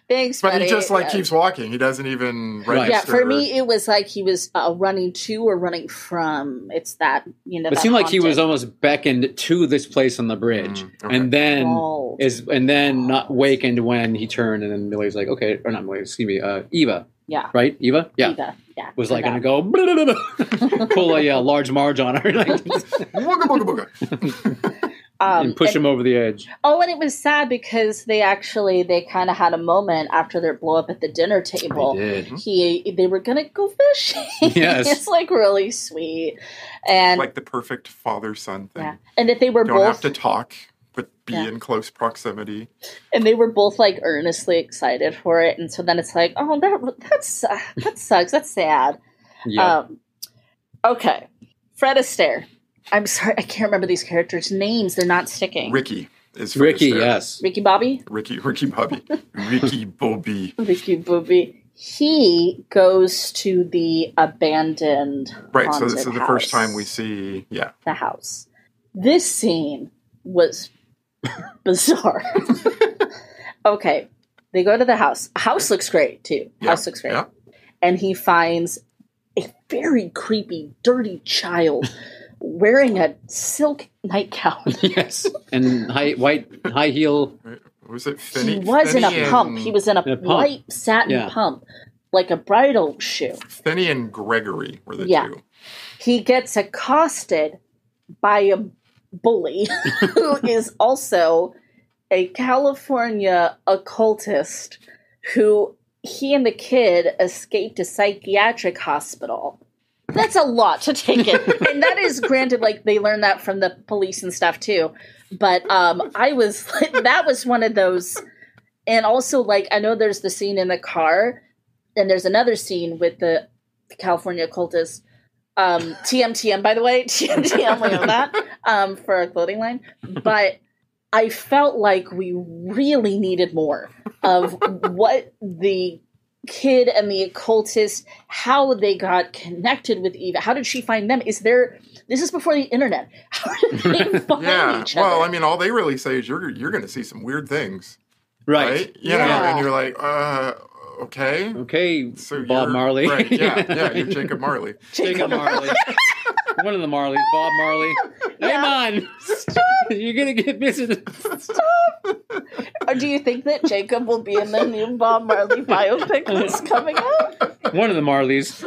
Thanks, But buddy. he just like Yeah. keeps walking. He doesn't even Right. register. Yeah, for or- me it was like he was uh, running to or running from. It's that you know. It that seemed like he was haunted almost beckoned to this place on the bridge, Mm, okay. and then wall. is and then not wakened when he turned, and then Millie's like, okay, or not Millie, excuse me, uh, Eva, yeah, right? Eva, yeah, Eva, yeah. was like gonna that. go blah, blah, blah, blah, pull a uh, large marge on her like, Wooga, wooga, wooga. Um, and push and- him over the edge. Oh, and it was sad because they actually they kind of had a moment after their blow up at the dinner table. did. Hmm? He they were gonna go fishing. Yes. it's like really sweet, and like the perfect father son thing. yeah, and that they were Don't have both to talk, but be Yeah. in close proximity. and they were both like earnestly excited for it, and so then it's like, oh, that that's uh, that sucks. That's sad. Yeah, Um, okay, Fred Astaire. I'm sorry, I can't remember these characters' names. They're not sticking. Ricky is Fred Ricky, Astaire. yes, Ricky Bobby. Ricky, Ricky Bobby, Ricky Bobby. Ricky Bobby. He goes to the abandoned. Right. So this haunted is the first house. time we see. Yeah. the house. This scene was bizarre. okay, they go to the house. House looks great too. Yeah, House looks great. yeah. And he finds a very creepy, dirty child wearing a silk nightgown. yes, and high, white high heel. Was it he Finney? was in Finney a pump. and- He um, was in a, In a pump. white satin Yeah. pump, like a bridal shoe. Finney and Gregory were the Yeah. two. he gets accosted by a bully who is also a California occultist who he and the kid escaped a psychiatric hospital. That's a lot to take in. and that is granted, like they learned that from the police and stuff too. But um I was like that was one of those and also like I know there's the scene in the car and there's another scene with the California occultist um TMTM by the way TMTM we know that um for our clothing line but I felt like we really needed more of what the kid and the occultist how they got connected with Eva how did she find them is there this is before the internet how did they find Yeah. each other Well, I mean, all they really say is you're you're going to see some weird things, right? Right. You know, Yeah. and you're like, uh, okay. Okay, So Bob you're- Marley. Right, yeah, yeah, you're Jacob Marley. Jacob Marley. One of the Marleys, Bob Marley. Yeah. Hey, man, you're gonna get visited. Or do you think that Jacob will be in the new Bob Marley biopic that's coming out? One of the Marleys.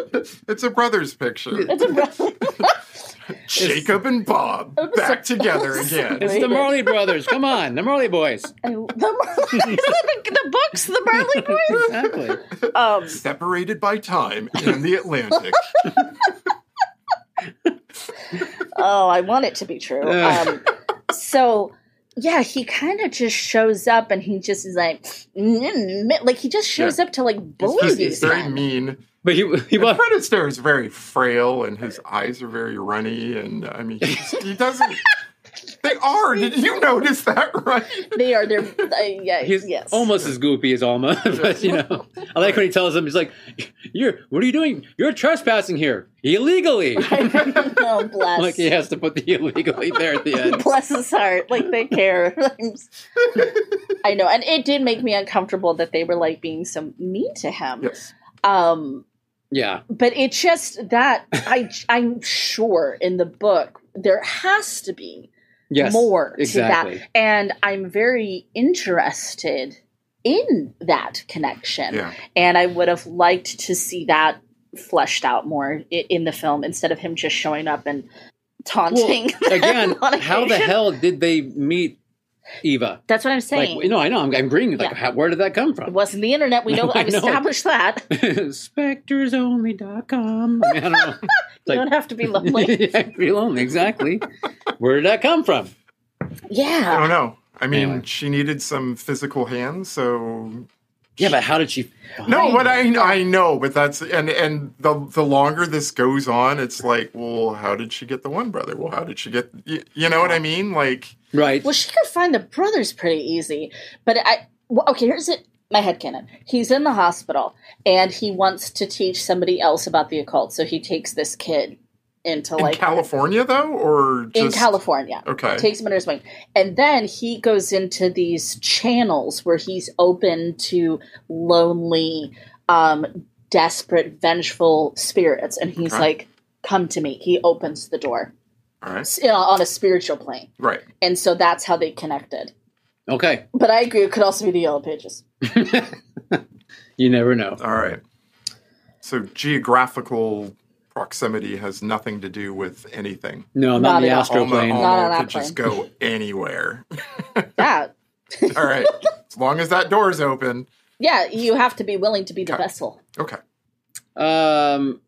It's a brother's picture. It's a Jacob and Bob I'm back so- together I'm so- again. It's the Marley brothers. Come on, the Marley boys. I, the, Marley, the, the books, the Marley boys. Exactly. Um, Separated by time in the Atlantic. oh, I want it to be true. Um, so yeah, he kind of just shows up and he just is like, mm, mm, like he just shows up to like bully It's just- these it's very men. mean. But he he The was Predator is very frail, and his eyes are very runny, and I mean, he's- he doesn't. they are. Did you notice that, right? They are there. Uh, yeah, he's yes. almost as goopy as Alma. but you know, I like when he tells him he's like, "You're what are you doing? You're trespassing here illegally." oh, bless. like he has to put the illegally there at the end. Bless his heart. Like they care. I'm s- I know, and it did make me uncomfortable that they were like being so mean to him. Yes. Um, Yeah, but it just that I I'm sure in the book there has to be yes, more to exactly. that, and I'm very interested in that connection. Yeah. and I would have liked to see that fleshed out more i- in the film instead of him just showing up and taunting. them Again, on how the occasion. hell did they meet Eva? That's what I'm saying. Like, no, I know. I'm, I'm agreeing. Like, Yeah. how, where did that come it from? wasn't the internet. We know. No, I I've know. established that. Spectresonly.com. I mean, I don't know. you Like- don't have to be lonely. yeah, pretty lonely, exactly. Where did that come from? I yeah. don't know. I mean, Anyway. she needed some physical hands, so Yeah, but how did she? find No, but it? I I know, but that's and and the the longer this goes on, it's like, well, how did she get the one brother? Well, how did she get? You, you know what I mean? Like, right. Well, she could find the brothers pretty easy, but I. Well, okay, here's it. My headcanon. He's in the hospital and he wants to teach somebody else about the occult, so he takes this kid into in like California though, or just, in California. Okay, takes him under his wing. And then he goes into these channels where he's open to lonely, um, desperate, vengeful spirits. And he's Okay. like, come to me. He opens the door all right, s- you know, on a spiritual plane. right. And so that's how they connected. okay, But I agree, it could also be the Yellow Pages. you never know. All right. So geographical proximity has nothing to do with anything. No, not, Not the at all. astro Alma, plane. all- Not on Alma that could just go anywhere. Yeah. All right. as long as that door's open. Yeah, you have to be willing to be the Okay. vessel. Okay. Um,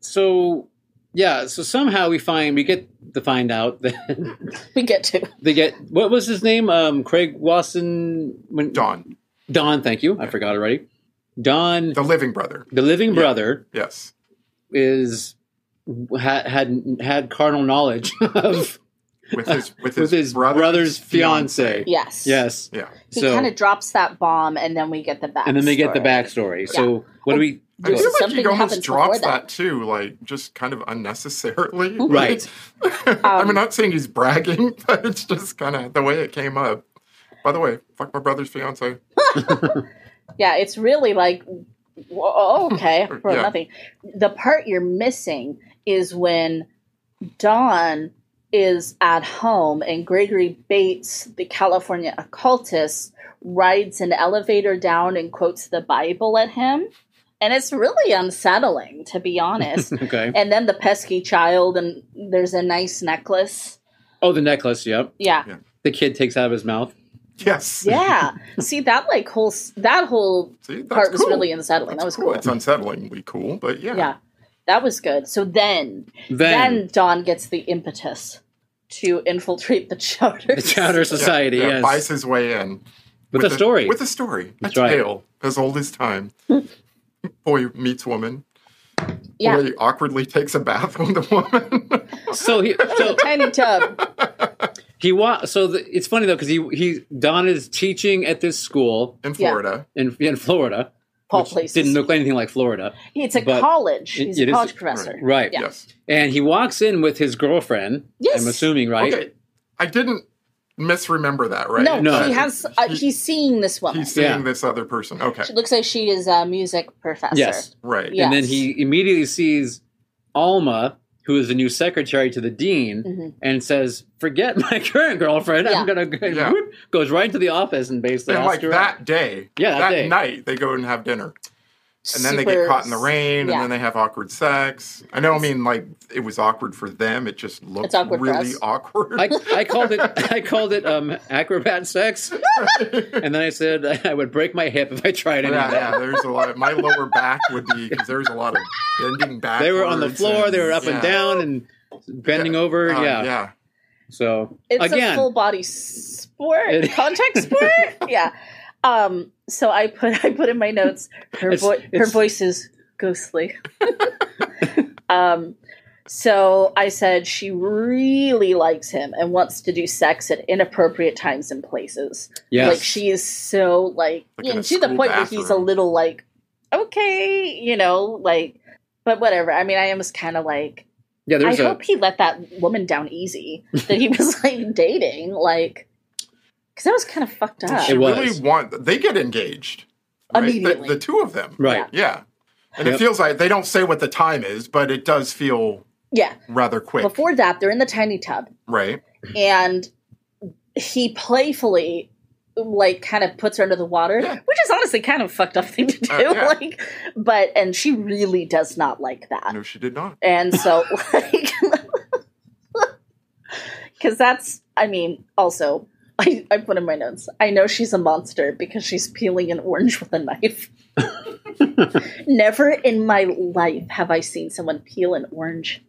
so yeah, so somehow we find we get to find out that We get to. they get what was his name? Um, Craig Wasson. When Don, Don, thank you. I forgot already. Don, the living brother. the living Yeah. brother, Yes. is had had had carnal knowledge of With his with with his, his brother's, brother's, fiance. Yes. Yes. Yeah. He so kind of drops that bomb and then we get the back. and then they get the backstory. So what do we? I feel like Something he almost happens before drops that. that. too, like just kind of unnecessarily. Right. I Um, mean, not saying he's bragging, but it's just kind of the way it came up. By the way, fuck my brother's fiance. yeah, it's really like, whoa, okay, for Yeah. nothing. The part you're missing is when Dawn is at home and Gregory Bates, the California occultist, rides an elevator down and quotes the Bible at him. And it's really unsettling, to be honest. Okay. and then the pesky child, and there's a nice necklace. Oh, the necklace. Yep. Yeah. The kid takes out of his mouth. Yes. Yeah. See, that like whole, s- that whole See, that's part was cool. really unsettling. That's that was cool. cool. It's unsettlingly cool, but yeah. yeah that was good so then Then, then don gets the impetus to infiltrate the chowder the chowder society. Yeah, yes. buys his way in with, a story. With a story, That's a right. tale as old as time. Boy meets woman. yeah Boy awkwardly takes a bath with the woman. so he so tiny tub he wa- so the, it's funny though because he he Don is teaching at this school in Yeah. Florida. in in Florida. paul which places Didn't look anything like Florida, it's a but college it- he's it a is- college professor right? Yeah. Yes. And he walks in with his girlfriend. Yes. I'm assuming, right? Okay. I didn't misremember that, right? no, No. he has uh, He- he's seeing this woman He's seeing Yeah. this other person. Okay. she looks like she is a music professor Yes. Right. Yeah. And then Yes. he immediately sees Alma, who is the new secretary to the dean, Mhm. and says, "Forget my current girlfriend. Yeah. I'm gonna go," and Yeah. whoop, goes right to the office and basically And asks like her that day, Yeah, that that day. night, they go and have dinner. And then they get Super- caught in the rain, yeah. and then they have awkward sex. I know, I mean, like, it was awkward for them. It just looked It's awkward for really us. awkward. I, I called it I called it um, acrobat sex, and then I said I would break my hip if I tried it. yeah, yeah, there's a lot. my lower back would be, because there's a lot of bending back. They were on the floor, they were up and down and bending over. yeah. Um, yeah. So It's a again, full body sport, It- contact sport. yeah. Um. So I put I put in my notes. Her It's- voice her it's- voice is ghostly. um, so I said she really likes him and wants to do sex at inappropriate times and places. Yes. Like she is so like, Like you in know, a to the school point where he's a bathroom. little like, okay, you know, like, but whatever. I mean, I was kind of like, yeah, there's I a hope he let that woman down easy that he was like dating, like, because that was kind of fucked up. She It was. really want they get engaged right? The- Immediately. The, two of them, right. Yeah, and Yep. it feels like they don't say what the time is, but it does feel yeah. rather quick, Before that, they're in the tiny tub, right? and he playfully like kind of puts her under the water Yeah. which is honestly kind of a fucked up thing to do Uh, yeah. like but and she really does not like that No, she did not. and so like because that's i mean also I, I put in my notes i know she's a monster because she's peeling an orange with a knife never in my life have i seen someone peel an orange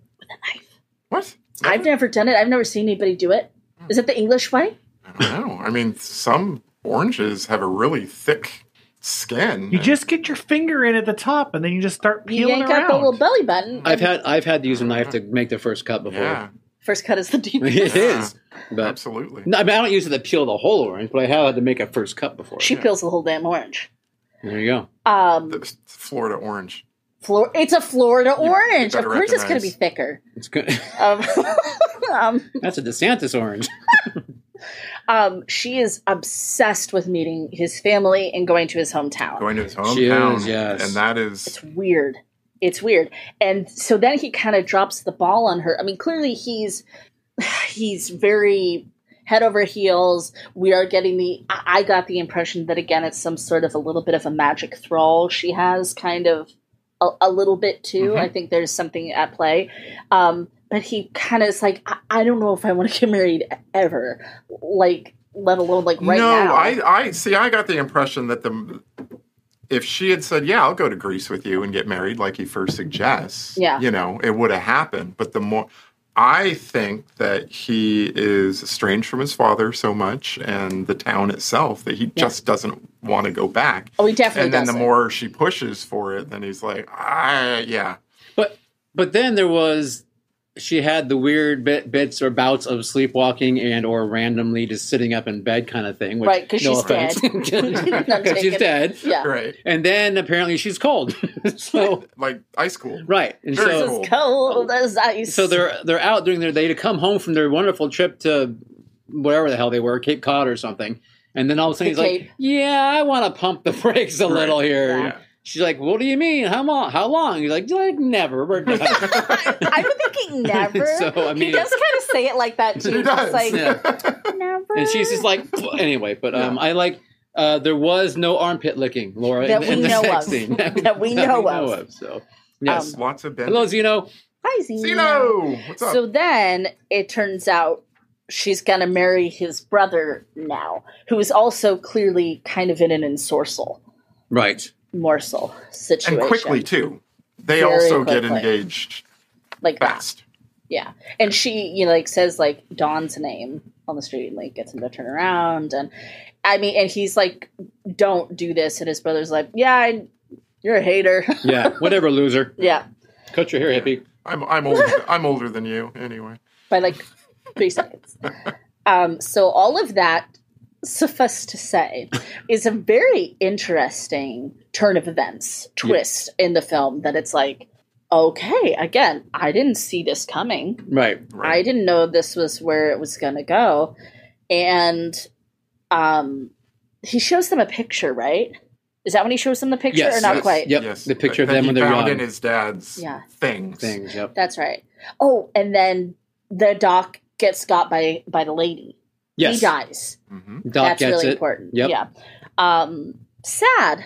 What? i've never done it i've never seen anybody do it is it the english way I don't know. I mean, some oranges have a really thick skin. You just get your finger in at the top, and then you just start you peeling yank out around. the little belly button I've had I've had to use a knife to make the first cut before. yeah, first cut is the deepest it is, but absolutely. no, I, mean, I don't use it to peel the whole orange, but I have had to make a first cut before. she peels the whole damn orange There you go. um The Florida orange. Flor- it's a florida orange of better course it's going to be thicker recognize. It's good. um, um That's a DeSantis orange. um, she is obsessed with meeting his family and going to his hometown. Going to his She is, hometown. yes. And that is It's weird. It's weird. And so then he kind of drops the ball on her. I mean, clearly he's he's very head over heels. We are getting the I I got the impression that again it's some sort of a little bit of a magic thrall she has kind of a, a little bit too. Mm-hmm. I think there's something at play. Um but he kind of is like, I, I don't know if I want to get married ever, like let alone like right no. now. I, I see. I got the impression that the if she had said, "Yeah, I'll go to Greece with you and get married," like he first suggests, Yeah. you know, it would have happened. But the more I think that he is estranged from his father so much and the town itself that he just doesn't want to go back. oh, he definitely and then the doesn't. more she pushes for it, then he's like, "I yeah, But but then there was she had the weird bit, bits or bouts of sleepwalking and or randomly just sitting up in bed kind of thing. Which, Right, 'cause no she's dead. offense. 'Cause taking she's it. dead. yeah. right, And then apparently she's cold. so like ice cool." right, and Very so cool. as cold as ice. so they're they're out during their day to come home from their wonderful trip to wherever the hell they were, Cape Cod or something. And then all of a sudden he's The like, Cape. "Yeah, I want to pump the brakes a little here." Yeah. She's like, "What do you mean? How long? How long?" He's like, "Like never. We're done." I'm thinking never. So, I he mean- does kind of say it like that too. He He's does. Like Yeah. never. and she's just like anyway. But um, I like uh, there was no armpit licking, Laura, in, That the- in we the know sex of. scene That we know of. So yes, Um, Lots of Ben. hello Zeno. Hi, Zeno. Zeno, what's up? So then it turns out she's gonna marry his brother now, who is also clearly kind of in an ensorcel Right. morsel situation. and quickly too. They Very also get quickly. engaged like that. fast. Yeah. And she, you know, like says like Don's name on the street and like gets him to turn around and I mean and he's like, Don't do this and his brother's like, Yeah, I, you're a hater. Yeah. Whatever, loser. yeah. Cut your hair, hippie. I'm I'm older I'm older than you anyway. By like three seconds. Um, so all of that, suffice to say, is a very interesting turn of events twist in the film that it's like, okay, again, I didn't see this coming. Right. Right. I didn't know this was where it was going to go. And um he shows them a picture, right? Is that when he shows them the picture Yes, or not yes, quite? Yep. The picture of that them he when they're found young. in his dad's Yeah. things. Things. Yep. That's right. Oh, and then the doc gets got by by the lady. Yes. He dies. hmm Doc That's gets really it. important. Yep. Yeah. Um sad.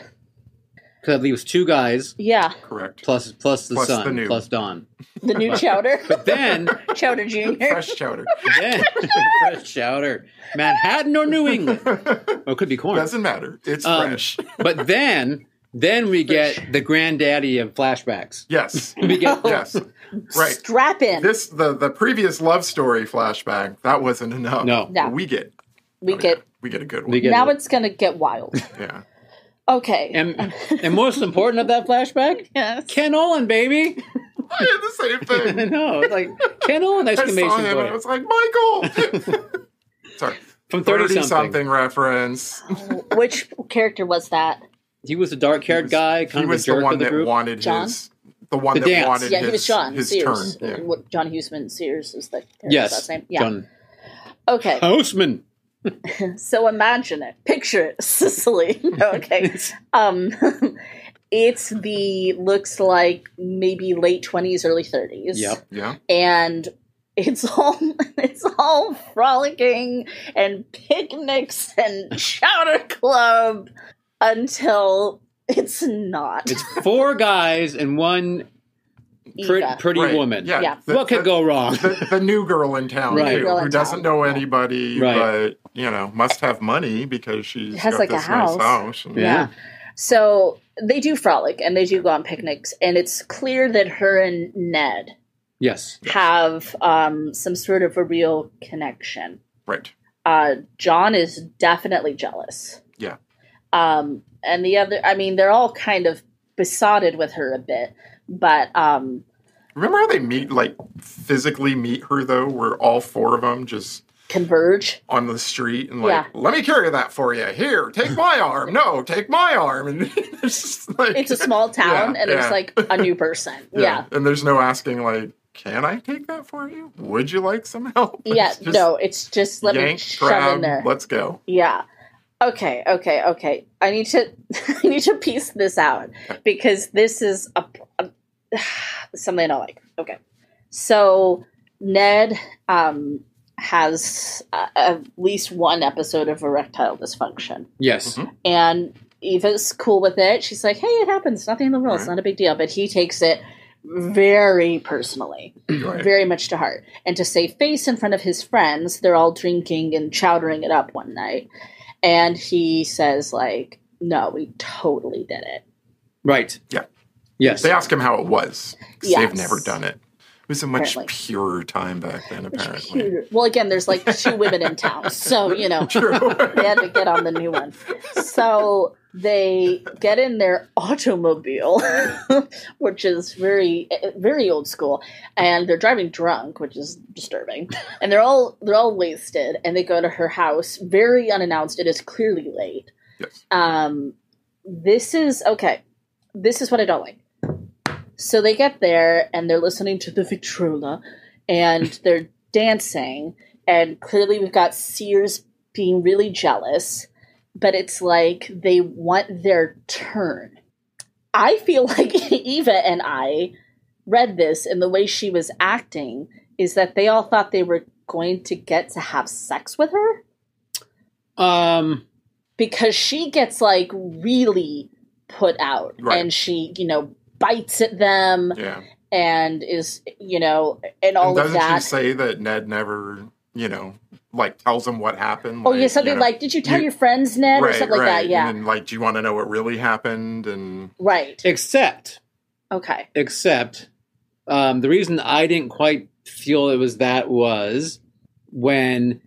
Because that leaves two guys Yeah. Correct. plus plus the Plus the son new. plus Don. The new chowder. But then chowder Jr. Fresh chowder then fresh chowder, Manhattan or New England. Or it could be corn. doesn't matter. It's Um, fresh. But then then we get the granddaddy of flashbacks. Yes. We get yes. Right. Strap in. This the the previous love story flashback that wasn't enough. No. No. we get we oh, yeah, get we get a good one. We get- now it's gonna get wild. yeah, Okay. And and most important of that flashback, yes. Ken Olin, baby. I had the same I thing. know, it's like Ken Olin I saw exclamation him and I point was like, Michael. Sorry, from thirty thirty something. something reference. Which character was that? He was a dark haired guy, he kind of a was the jerk one of the that group. wanted John? his. The one The that dance. wanted Yeah, his, he was John his Sears. turn. Yeah. What- John Huseman Sears is the character's yes, last name. Yeah. John Okay. Houseman. So imagine it. Picture it. Sicily. okay. um it's the looks like maybe late 20s early 30s. Yep. Yeah. and it's all it's all frolicking and picnics and chowder club until it's not. It's four guys and one pre- Eva. pretty Right. woman. Yeah. Yeah. The, what could the- go wrong? The, the new girl in town, Right. too, Girl who in doesn't town. know anybody, Right. but you know, must have money because she's Has, got like, a this house. nice house. and- Yeah. so they do frolic and they do go on picnics, and it's clear that her and Ned Yes. have um, some sort of a real connection. Right. Uh, John is definitely jealous. Yeah. Um, and the other, I mean, they're all kind of besotted with her a bit, but um, Remember how they meet, like physically meet her though? Where all four of them just converge. on the street and like, Yeah. let me carry that for you. Here, take my arm. No, take my arm. And it's just like, it's a small town and Yeah, yeah. there's like a new person. yeah. And there's no asking like, can I take that for you? Would you like some help? Yeah. It's just no, it's just let me yank, shove grab, in there. Let's go. yeah. Okay, okay, okay. I need to I need to piece this out because this is a, a- something I don't like. Okay. So Ned um has uh, at least one episode of erectile dysfunction. Yes. Mhm. and Eva's cool with it. She's like, "Hey, it happens. Nothing in the world. It's Right. not a big deal." But he takes it very personally, Right. very much to heart. And to save face in front of his friends, they're all drinking and chowdering it up one night, and he says, "Like, no, we totally did it." Right. Yeah. Yes. They ask him how it was. 'cause They've Yes. never done it. It was a much Apparently. purer time back then, apparently. Phew. Well, again, there's like two women in town, so you know. They had to get on the new one. So they get in their automobile, which is very very old school, and they're driving drunk, which is disturbing. And they're all they're all wasted, and they go to her house very unannounced. It is clearly late. Yes. Um, this is okay. This is what I don't like. So they get there and they're listening to the Victrola and they're dancing. And clearly, we've got Sears being really jealous, but it's like they want their turn. I feel like Eva and I read this, and the way she was acting is that they all thought they were going to get to have sex with her um. because she gets like really put out Right. and she you know bites at them yeah. and is you know and all and of doesn't that she say that Ned never, you know, like tells him what happened? oh yeah you something know, like did you tell you- your friends ned or right, something right. like that yeah And then, like, do you want to know what really happened? And right Except, okay except, um, the reason I didn't quite feel it was that was when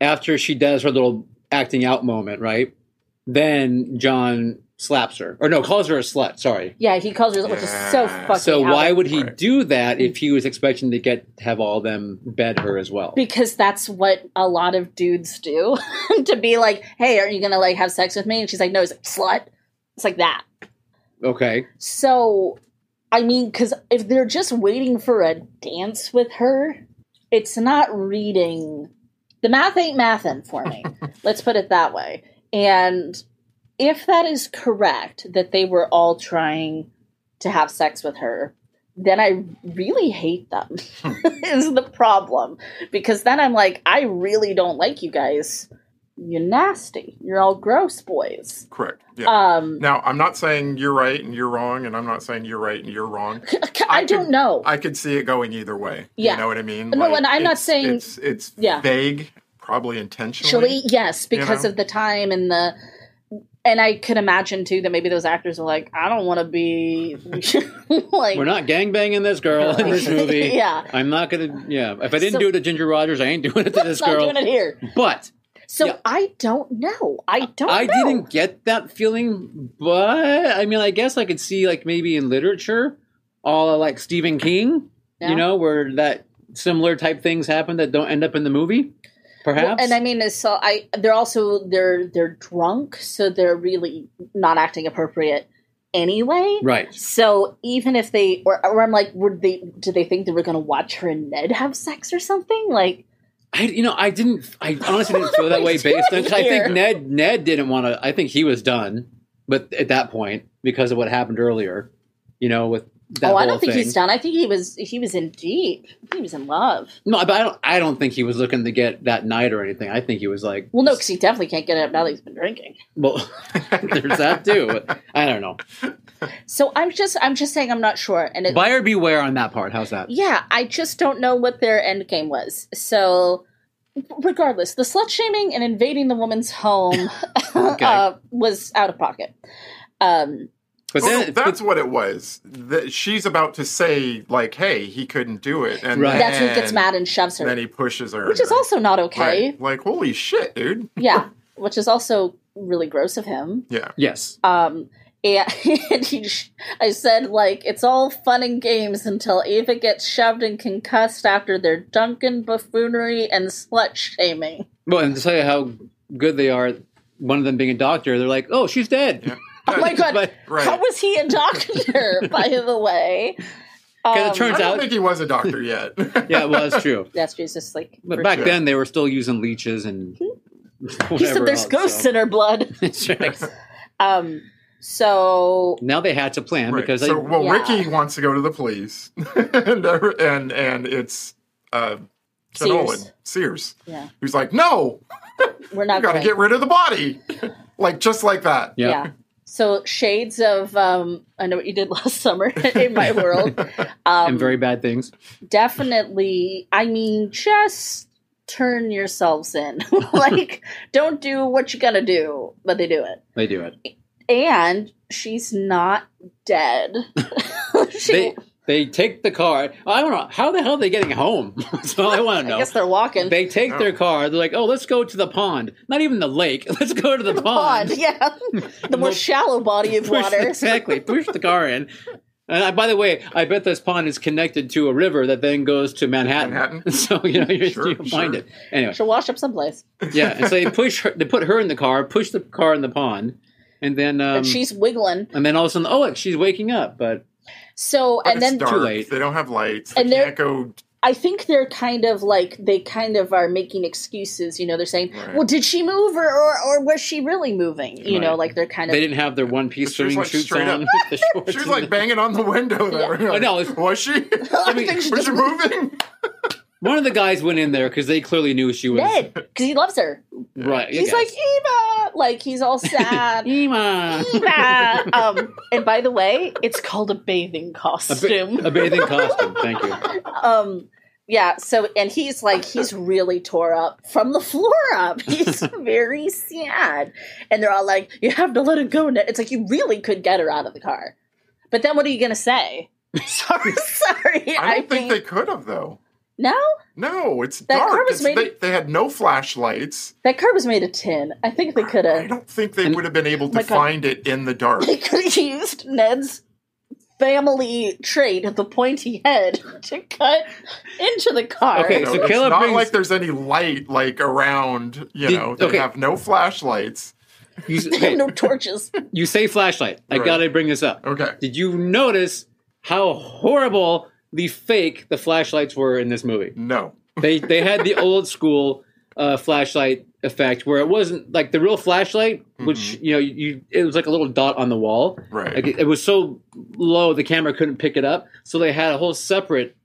after she does her little acting out moment, right? Then John slaps her, or no, calls her a slut. Sorry. yeah he calls her which is so Yeah. fucking So why out. would he Right. do that if he was expecting to get have all them bed her as well? because that's what a lot of dudes do to be like hey are you gonna like have sex with me and she's like no he's like slut it's like that Okay. So, I mean, because if they're just waiting for a dance with her, it's not reading. The math ain't mathin' for me. Let's put it that way. And if that is correct, that they were all trying to have sex with her, then I really hate them, is the problem. Because then I'm like, I really don't like you guys. You're nasty. You're all gross boys. correct. Yeah. Um, now, I'm not saying you're right and you're wrong, and I'm not saying you're right and you're wrong. I, I don't can- know. I could see it going either way. Yeah. You know what I mean? No, and I'm not it's- saying- It's, it's Yeah. vague, probably intentionally. Actually, yes, You because know? of the time and the. And I could imagine too that maybe those actors were like, I don't want to be like. We're not gangbanging this girl in this movie. Yeah. I'm not gonna. Yeah, if I didn't So- do it to Ginger Rogers, I ain't doing it to this not girl. doing it here. But So Yeah. I don't know. I don't. I know. didn't get that feeling, but I mean, I guess I could see like maybe in literature, all like Stephen King, Yeah. you know, where that similar type things happen that don't end up in the movie, perhaps. Well, and I mean, it's so I they're also they're they're drunk, so they're really not acting appropriate anyway. right, So even if they or, or I'm like, would they? Do they think they were going to watch her and Ned have sex or something? Like, I you know I didn't I honestly didn't feel What that are way we based on doing 'cause I here? think Ned Ned didn't want to. I think he was done, but at that point because of what happened earlier, you know, with that oh, I whole don't think thing. he's done. I think he was he was in deep. He was in love. No, but I don't. I don't think he was looking to get that night or anything. I think he was like, Well, no, because he definitely can't get it up now that he's been drinking. well, there's that too. I don't know. So I'm just I'm just saying I'm not sure. And it, Buyer beware on that part. How's that? yeah, I just don't know what their end game was. So regardless, the slut shaming and invading the woman's home uh, was out of pocket. Um, But Well, then, Oh, that's but, what it was. The, she's about to say, like, hey, he couldn't do it. And Right. that's who gets then- mad and shoves her, Then he pushes her. which is also not okay. Right. Like, holy shit, dude. Yeah, which is also really gross of him. Yeah. yes, Um, and he, sh- I said, like, it's all fun and games until Ava gets shoved and concussed after their drunken buffoonery and slut shaming. well, and to tell you how good they are, one of them being a doctor, they're like, "Oh, she's dead." Yeah. Oh my god, But Right. how was he a doctor, by the way? 'Cause it Um, turns I don't out- think he was a doctor yet. yeah, well, that's true. that's just like. But for back sure. then, they were still using leeches and. he said whatever there's else, ghosts in her blood. so. Um, so now they hatch a plan Right. because so, they, well, Yeah. Ricky wants to go to the police, and every- and and it's uh, Ken Sears. Olin Sears, Yeah. who's like, "No, we're you not got to going get rid of the body," like just like that. yeah. So shades of um, I know what you did last summer in my world. and Um, very bad things. definitely. I mean, just turn yourselves in. like, don't do what you gotta do, but they do it. They do it. And she's not dead. she, They they take the car. I don't know how the hell are they getting home. That's all I want to know. I guess they're walking. They take No. their car. They're like, "Oh, let's go to the pond. Not even the lake. Let's go to the, Pond, yeah, the more Nope. shallow body of Push- water. exactly. Push the car in. And I, by the way, I bet this pond is connected to a river that then goes to Manhattan. Manhattan. So you know you, Sure, you can find sure. it anyway. She'll wash up someplace, Yeah, and so they push her. They put her in the car. Push the car in the pond, and then um, but she's wiggling. and then all of a sudden, oh, look, she's waking up. But So, But and it's then dark. late. They don't have lights. And they they're- can't go. I think they're kind of like they kind of are making excuses. You know, they're saying, Right. "Well, did she move or or, or was she really moving?" You know, Right. like they're kind of they didn't have their one piece She was, swimming like, suits straight on. up- with the shorts She was and like the- banging on the window. There. I know, it's- Was she? I mean, think she was she just moving? one of the guys went in there because they clearly knew she was Ned because he loves her. right. I He's guess. like Eva, like he's all sad. Ema. Eva. Um, and by the way, it's called a bathing A, ba- costume. a bathing costume. Thank you. um, yeah. So, and he's like, he's really tore up from the floor up. He's very sad, and they're all like, "You have to let it go." Ned." It's like you really could get her out of the car, but then what are you gonna say? sorry, sorry. I don't mean- think they could have though. no. No, it's That dark. car was It's- made- they, they had no flashlights. That car was made of tin. I think they could I have. don't think they And- would have been able to Oh my God. find it in the dark. They could have used Ned's family trait of the pointy head to cut into the car. Okay, You know, so it's Caleb not brings- like there's any light like around. You The- know, they okay. have no flashlights. You, s- okay, no torches. you say flashlight. I Right. gotta bring this up. Okay, Did you notice how horrible the fake the flashlights were in this movie? no. They they had the old school uh, flashlight effect where it wasn't like the real flashlight, which you know you it was like a little dot on the wall. Right. Like it, it was so low the camera couldn't pick it up, so they had a whole separate.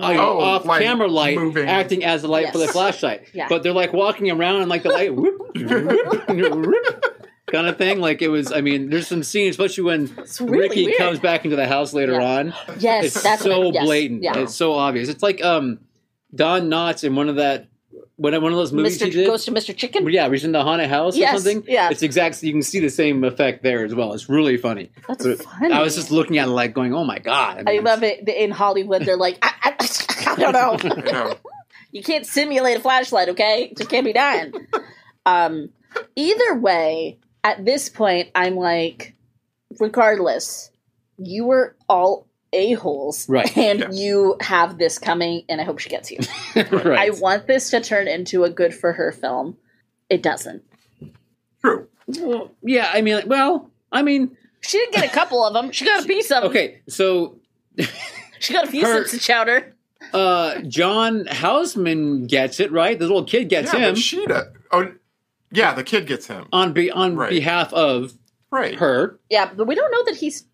Oh, off camera like light moving. acting as the light for the Yes. flashlight, Yeah. but they're like walking around and like the light whoop, whoop, whoop, kind of thing. Like it was. I mean, there's some scenes, especially when It's really Ricky weird. comes back into the house later Yeah. on. yes, It's that's so yes, blatant. Yeah. It's so obvious. It's like um, Don Knotts in one of that one of one of those movies Mr. he did. goes to Mr. Chicken. yeah, he's in the haunted house Yes, or something. yeah. it's exactly. You can see the same effect there as well. It's really funny. That's But funny. I was just looking at it like going, "Oh my god!" I mean, love it. that In Hollywood, they're like, I, I, I don't know. You know, You can't simulate a flashlight, okay? It just can't be done. Um, either way, at this point, I'm like, regardless, you were all a-holes. Right. And Yeah. you have this coming, and I hope she gets you. I right. want this to turn into a good for her film. It doesn't. True. Well, yeah, I mean, well, I mean, She didn't get a couple of them. She got a piece of 'em. okay, so She got a few Her- sips of chowder. uh John Houseman gets it, right? The little kid gets yeah, him but she do- Oh, yeah, the kid gets him. on be- on Right. behalf of Right. her. Yeah, but we don't know that he's.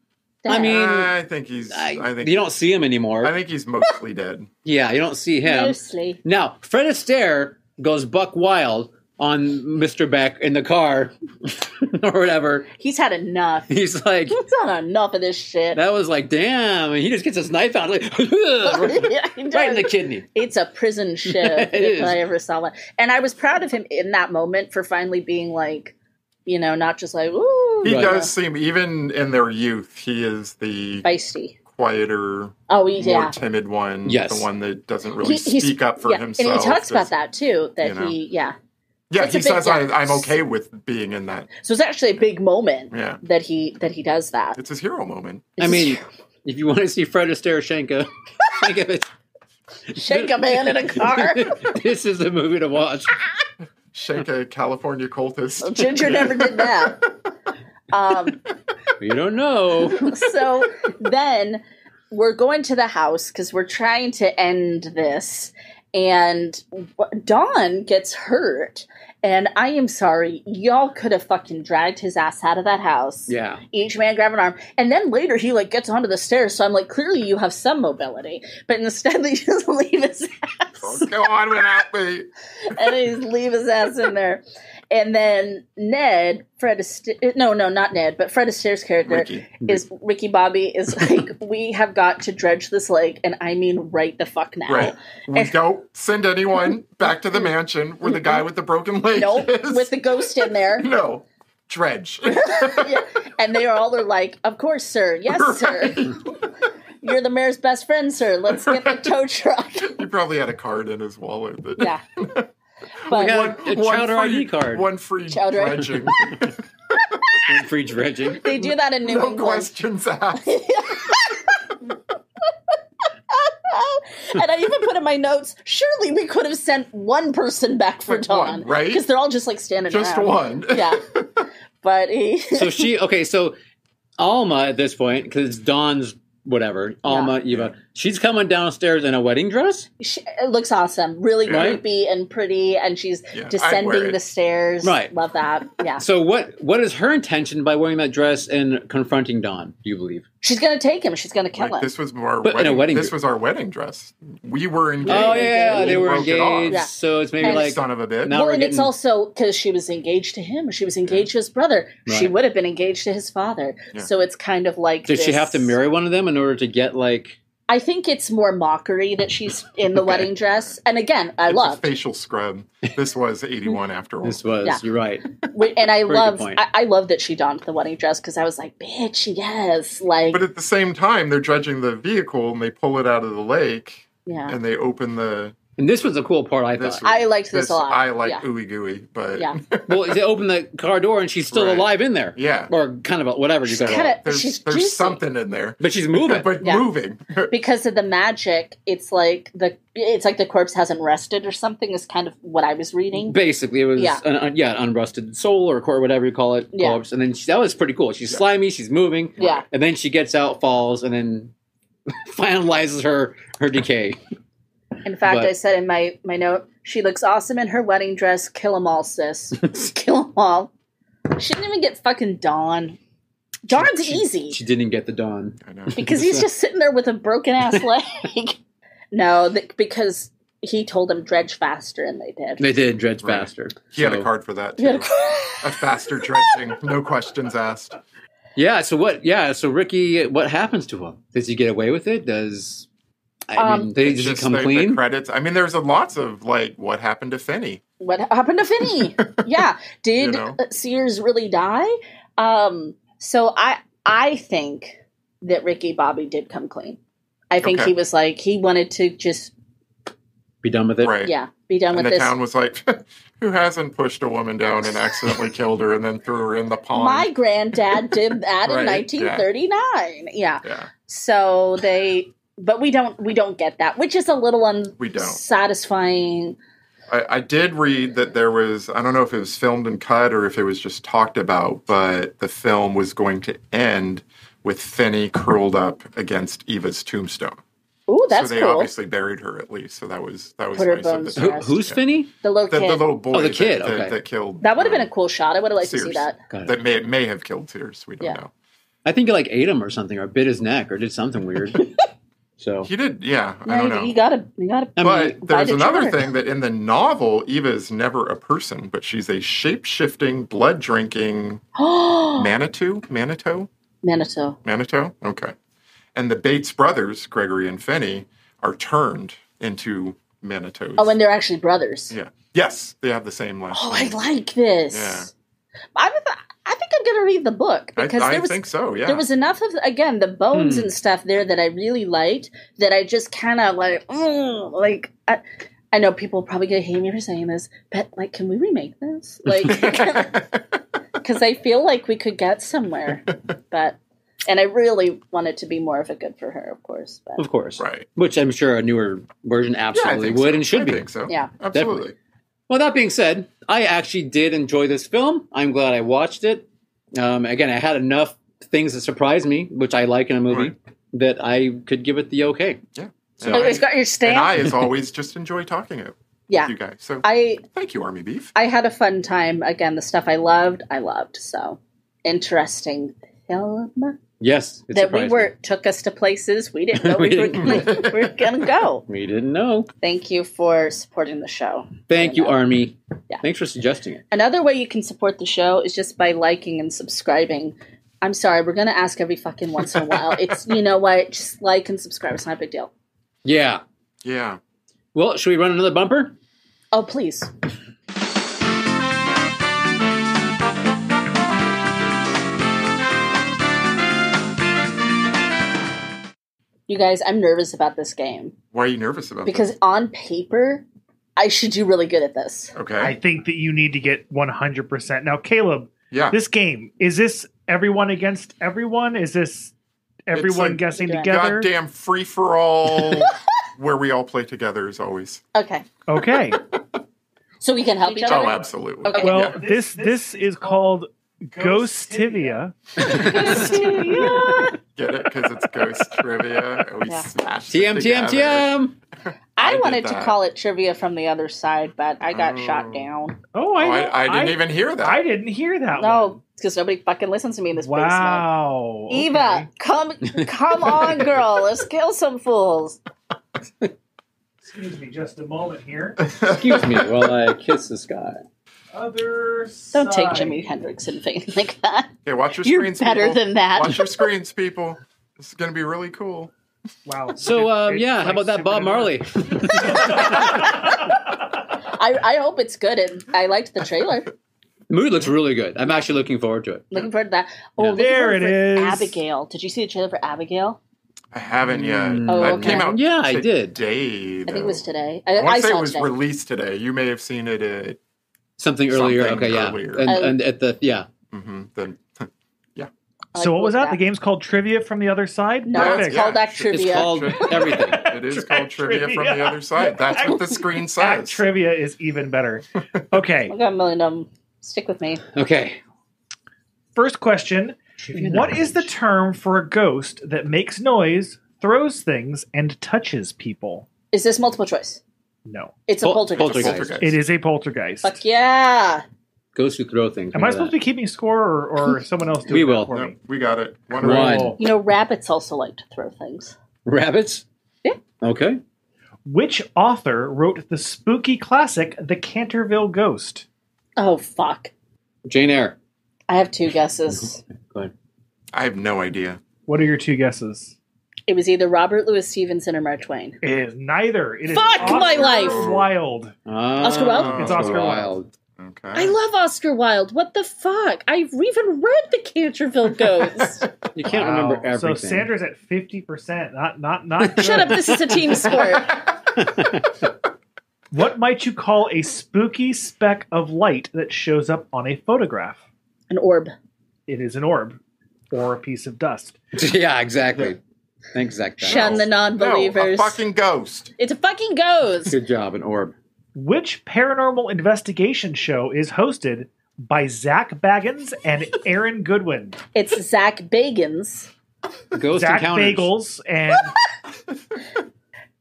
Dead. I mean- I think he's. I, I, think you don't see him anymore. I think he's mostly dead. yeah, you don't see him. mostly. Now, Fred Astaire goes buck wild on Mr. Beck in the car or whatever. He's had enough. He's like, He's had enough of this shit. that was like, damn. And he just gets his knife out, like, right Yeah, he in does. the kidney. It's a prison ship It if is. I ever saw one. And I was proud of him in that moment for finally being like, you know, not just like, ooh, He Right. does seem, even in their youth, he is the feisty. quieter, Oh, he- more yeah. timid one. Yes. The one that doesn't really He- he's- speak up for yeah. himself. And he talks about Just- that too, that you know. he, yeah. Yeah, It's a he big says, difference. I, I'm okay with being in that. So it's actually a big moment Yeah. that he that he does that. It's his hero moment. I mean, if you want to see Fred Astaire Shenka, think of it. shake a man in a car. this is the movie to watch. Shake a California cultist. Ginger never did that. Um, You don't know. so then we're going to the house because we're trying to end this. And w- Dawn gets hurt. And I am sorry, y'all could have fucking dragged his ass out of that house. Yeah. Each man grab an arm. And then later he like gets onto the stairs. So I'm like, clearly you have some mobility. But instead they just leave his ass. Go Oh, on without me. and they just leave his ass in there. And then Ned, Fred Astaire, no, no, not Ned, but Fred Astaire's character Ricky. is Ricky Bobby is like, we have got to dredge this lake, and I mean right the fuck now. Right. Oh. We And- don't send anyone back to the mansion where the guy with the broken leg Nope, is. with the ghost in there. no. Dredge. Yeah. And they are all are like, of course, sir. Yes, sir. You're the mayor's best friend, sir. Let's get the tow truck. he probably had a card in his wallet. That, Yeah. But Yeah, a chowder ID card. One free Chowder ID. dredging. Free dredging. they do that in New no England. questions asked. and I even put in my notes, surely we could have sent one person back for Like Dawn. one, right? Because they're all just like standing Just around. one. Yeah. But he, So she, okay, so Alma at this point, because Dawn's whatever, Alma, Eva, she's coming downstairs in a wedding dress. she it looks awesome. Really Right? creepy and pretty. And she's Yeah, I'd wear descending it. the stairs. Right. Love that. Yeah. So what? What is her intention by wearing that dress and confronting Dawn? Do you believe? She's going to take him. She's going to kill Like, him. this was our But in a wedding, wedding This group. was our wedding dress. We were engaged. Oh yeah, engaged. they were Broke it off. engaged. Yeah. So it's maybe And- like Son of a bitch. now Well, we're and it's getting- also because she was engaged to him. She was engaged to his brother. She Right. would have been engaged to his father. Yeah. So it's kind of like. Did she this- have to marry one of them in order to get like? I think it's more mockery that she's in the wedding dress. And again, I It's a love. facial scrub. This was 81 after all. This was Yeah. you're right. Wait, and I Very good love point. I, I love that she donned the wedding dress because I was like, bitch, yes, like But at the same time, they're dredging the vehicle and they pull it out of the lake yeah. and they open the. And this was the cool part I This thought. I liked this, a lot. I like yeah. ooey gooey, but Yeah. well, they open the car door and she's still Right. alive in there. Yeah. Or kind of a, whatever you She's call kinda- it. there's, She's there's juicy. something in there. But she's moving. But Yeah. moving. because of the magic. It's like the it's like the corpse hasn't rested or something. Is kind of what I was reading. Basically, it was Yeah. an un, yeah, an unrusted soul or core, whatever you call it, Yeah. corpse. And then she, that was pretty cool. She's slimy, she's moving, Yeah. and then she gets out, falls, and then finalizes her her decay. In fact, But- I said in my my note, she looks awesome in her wedding dress. Kill 'em all, sis. Kill 'em all. She didn't even get fucking Dawn. Dawn's She- easy She didn't get the dawn. I know. because he's just sitting there with a broken ass leg. no, th- because he told him dredge faster, and they did. They did dredge Right. faster. He had So- a card for that, We had too. a- a faster dredging, no questions asked. Yeah. So what? Yeah. So Ricky, what happens to him? Does he get away with it? Does I Um, mean, they, It's does he just come the, the clean? credits. I mean, there's a lots of like, what happened to Finney? what happened to Finny? yeah, did You know. uh, Sears really die? Um, so I I think that Ricky Bobby did come clean. I think Okay. he was like he wanted to just Be done with it. right. yeah be done with And the this. town was like, who hasn't pushed a woman down and accidentally killed her and then threw her in the pond? My granddad did that in Right, yeah. 1939. Yeah. yeah. So they, but we don't we don't get that, which is a little We don't. unsatisfying. I, I did read that there was, I don't know if it was filmed and cut or if it was just talked about, but the film was going to end with Finney curled up against Eva's tombstone. Ooh, that's so they cool. obviously buried her at least. So that was that was Put her nice of bones the Who, town. Yes, who's yeah. Finny? the little The, kid. the little boy Oh, the kid, that, that- okay. that killed that would have been a uh, cool shot. I would have liked to Sears. see that. Got it. that may may have killed Sears. We don't Yeah. know. I think he like ate him or something, or bit his neck, or did something weird. so He did, yeah. I No, don't you- know. you gotta you gotta I mean, but there's did you another hurt her? thing that in the novel, Eva is never a person, but she's a shape shifting, blood drinking Manitou? Manitou? Manitou. Manitou? Okay. And the Bates brothers, Gregory and Finney, are turned into Manitous. Oh, and they're actually brothers. yeah. Yes, they have the same last Oh, I name. like this. I, th- I think I'm gonna read the book I, because I there was think so, yeah. there was enough of again the bones Hmm. and stuff there that I really liked that I just kind of like mm, like I, I know people probably gonna hate me for saying this, but like, can we remake this? Like, because I feel like we could get somewhere, but and I really want it to be more of a good for her, of course. But of course, right. which I'm sure a newer version Yeah, I absolutely think would so. and should I be. think so. Yeah. Absolutely. Well, that being said, I actually did enjoy this film. I'm glad I watched it. Um, again, I had enough things that surprised me, which I like in a movie, that I could give it the okay. Yeah. So- oh, it's got your stamp. And I, as always, just enjoy talking it with yeah, you guys. So I thank you, Army Beef. I had a fun time. Again, the stuff I loved, I loved. So interesting film. Yes, it that we surprised were took us to places we didn't know we, We were, didn't. gonna, we were gonna go. me. we didn't know. Thank you for supporting the show. Thank you, know. Army. Yeah. Thanks for suggesting it. Another way you can support the show is just by liking and subscribing. I'm sorry, we're gonna ask every fucking once in a while. It's you know what, just like and subscribe. It's not a big deal. Yeah. Yeah. Well, should we run another bumper? Oh please. You guys, I'm nervous about this game. Why are you nervous about because on paper i should do really good at this that? Okay. I think that you need to get 100%. Now, Caleb, yeah. this game, is this everyone against everyone? Is this everyone like- guessing Yeah. together? Goddamn free for all where we all play together as always. okay Okay. so we can help each Oh, other absolutely. Okay. Well, Yeah. this, this is called Ghostivia. Get it? Because it's ghost trivia. and We Yeah. smashed it TM, TM, together. TM. I i did wanted to that. call it trivia from the other side but i got Oh. shot down Oh, Oh, I, know- I, I didn't even hear that. I didn't hear that no because nobody fucking listens to me in this one. Wow. basement eva come come on girl let's kill some fools Excuse me just a moment here. Excuse me while I kiss the sky. Other don't take jimi hendrix and things like that Okay, watch your you're screens. better people. than that. Watch your screens, people. This is going to be really cool. Wow. So, It- um, it's yeah, how like about that, super Bob nerdy. Marley? i i hope it's good and i liked the trailer The movie looks really good. I'm actually looking forward to it. looking forward to that oh Yeah. looking There forward it for is. abigail did you see the trailer for abigail I haven't yet. Mm. Oh, that okay. came out Yeah, I did. today. i think it was though. today Oh. I i, want I to say saw it was today. released today. You may have seen it at Something earlier. Something okay, earlier. yeah. And, Oh. and at the, yeah. mhm, the I So like what was looked that? The game's called Trivia from the Other Side. No, Yeah, it's called yeah. Act Trivia. It's called everything. It is called trivia from the Trivia. other side. That's what the screen Act says. Trivia is even better. Okay, I got a million of 'em. Stick with me. Okay. first question: What is the term for a ghost that makes noise, throws things, and touches people? Is this multiple choice? No, It's a Pol- poltergeist. poltergeist. Poltergeist. it is a poltergeist. Fuck yeah! Ghosts who throw things. Am I supposed to be keeping score, or, or someone else doing We that will. for No, me? we got it. One. One. roll. You know, rabbits also like to throw things. Rabbits? Yeah. Okay. Which author wrote the spooky classic *The Canterville Ghost*? Oh fuck! Jane Eyre. I have two guesses. Go ahead. I have no idea. What are your two guesses? It was either Robert Louis Stevenson or Mark Twain. It is neither. It is Fuck my Oscar life. Wilde. Ah, Oscar Wilde? Oh, It's Oscar Wilde. Okay. I love Oscar Wilde. What the fuck? I've even read The Canterville Ghost. You can't Wow. remember everything. So Sandra's at fifty percent. Not not not. Shut good. up! This is a team sport. What might you call a spooky speck of light that shows up on a photograph? An orb. It is an orb or a piece of dust. yeah, exactly. Thanks, Zach. Dial. Shun the No, a non-believers. fucking ghost. it's a fucking ghost. Good job, an orb. Which paranormal investigation show is hosted by Zach Baggins and Aaron Goodwin? It's Zach Bagans. Ghost Zach encounters. Bagels and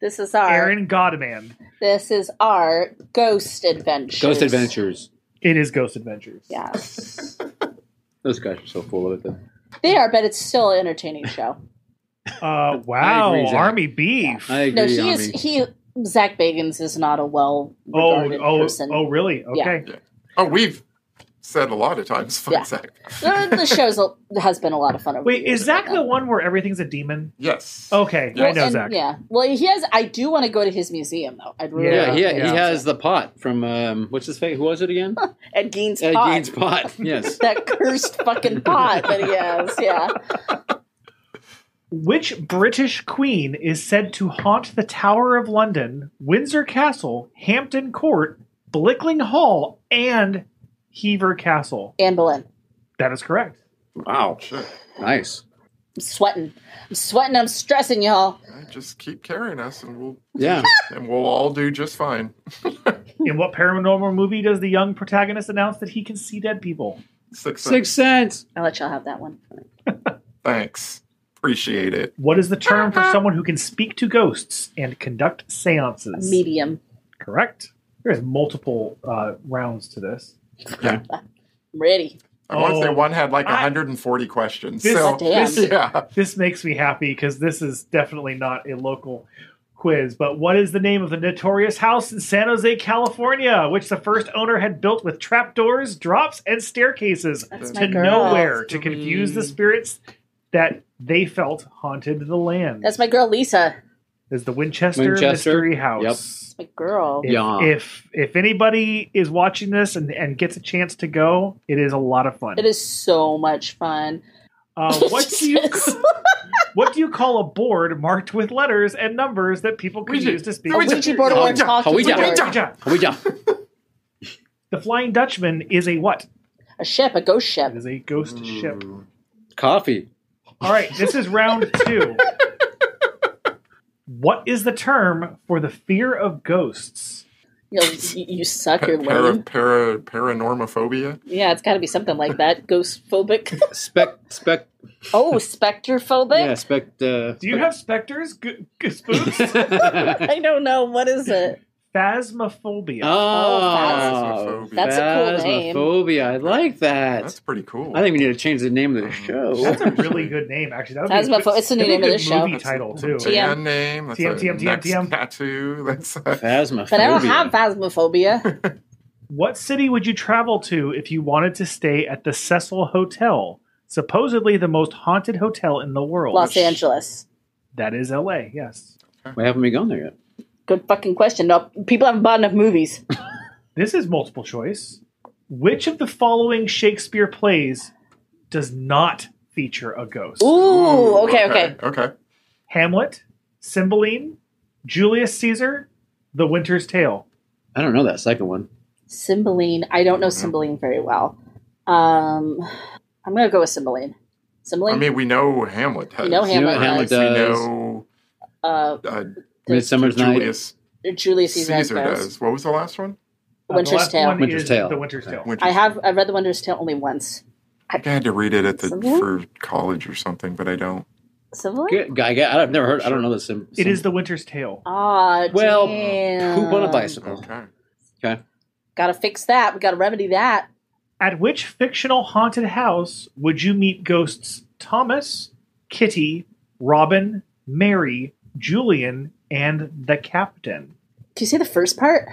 This is our Aaron Godman. this is our ghost adventure. Ghost adventures. It is Ghost Adventures. Yes. Those guys are so full of it. Though. they are, but it's still an entertaining show. Uh, wow, agree, Zach. Army beef. I agree. No, he Ami. is he Zach Bagans is not a well Oh, regarded oh, person. oh, really? Yeah. Okay. Oh, we've said a lot of times. Fuck Yeah. Zach. The, Uh, the show's a, has been a lot of fun. Over Wait, the years, is Zach but, the uh, one where everything's a demon? Yes. Okay, I Well, know and- Zach. Yeah. Well, he has. I do want to go to his museum though. I'd really. Yeah, Yeah, he, love to go he to has it. the pot from um, what's his face? Who was it again? Ed Gein's Ed pot. Gein's pot. Yes. that cursed fucking pot that he has. Yeah. Which British queen is said to haunt the Tower of London, Windsor Castle, Hampton Court, Blickling Hall, and Hever Castle? Anne Boleyn. That is correct. Wow. Shit. Nice. I'm sweating. I'm sweating. I'm stressing, y'all. I Just keep carrying us, and we'll Yeah. and we'll all do just fine. Hmm. In what paranormal movie does the young protagonist announce that he can see dead people? Six. Six cents. I'll let y'all have that one. Thanks. Appreciate it. What is the term for someone who can speak to ghosts and conduct seances? Medium. Correct. There's multiple uh, rounds to this. I'm ready. I want to say Oh. one had like I- 140 questions. This- so Goddamn. yeah, This makes me happy because this is definitely not a local quiz. But what is the name of the notorious house in San Jose, California, which the first owner had built with trapdoors, drops, and staircases That's my to girl. nowhere to Three. confuse the spirits that they felt haunted the land? That's my girl, Lisa. is the Winchester, Winchester. Mystery House. My girl. If, Yeah. if if anybody is watching this and, and gets a chance to go, it is a lot of fun. It is so much fun. Uh, what do you what do you call a board marked with letters and numbers that people can Ouija. use to speak? A Ouija. Ouija board or Ouija. talking Ouija. board. Ouija. Ouija. The Flying Dutchman is a what? A ship, a ghost It ship. is a ghost ship. Coffee. All right, this is round two. what is the term for the fear of ghosts? You, know, you, you suck, Pa- you're para, lame. para, paranormophobia. Yeah, it's got to be something like that. Ghost phobic. Spec. Spec. Oh, spectrophobic. Yeah. Spec. Uh, Do you have specters, g- g- spooks? oh, I don't know. What is it? Phasmophobia. Oh, That's a cool name. Oh, Phasmophobia. I like that. That's pretty cool. I think we need to change the name of the show. That's a really good name, actually. That would be a Phasmopho- good- it's the that'd name be of a good the show. Movie title too. That's a TM. band name. That's TM, a TM, next TM. tattoo. That's a, Phasmophobia. But I don't have phasmophobia. What city would you travel to if you wanted to stay at the Cecil Hotel, supposedly the most haunted hotel in the world? Los Angeles. That is LA, yes. Why haven't we gone there yet? Good fucking question. No, people haven't bought enough movies. This is multiple choice. Which of the following Shakespeare plays does not feature a ghost? Ooh, okay, okay. okay, okay. Hamlet, Cymbeline, Julius Caesar, The Winter's Tale. I don't know that second one. Cymbeline. I don't know Cymbeline very well. Um, I'm going to go with Cymbeline. Cymbeline? I mean, we know Hamlet. Has, We know You know what Hamlet Hamlet We does? know uh, uh, Midsummer's Night. Julius Julius Caesar, Caesar, has those. does. What was the last one? Uh, the Winter's last Tale. one Winter's is Tale. The Winter's Tale. Winter- I have I've read The Winter's Tale only once. I think I had to read it at the Something? for college or something, but I don't. Cymbeline? Good guy. guy. I've never heard. I don't know this. Sim, It is The Winter's Tale. Ah, Well, damn. poop on a bicycle. Okay. Gotta fix that. We gotta remedy that. At which fictional haunted house would you meet ghosts Thomas, Kitty, Robin, Mary, Julian, and the Captain? Did you say the first part?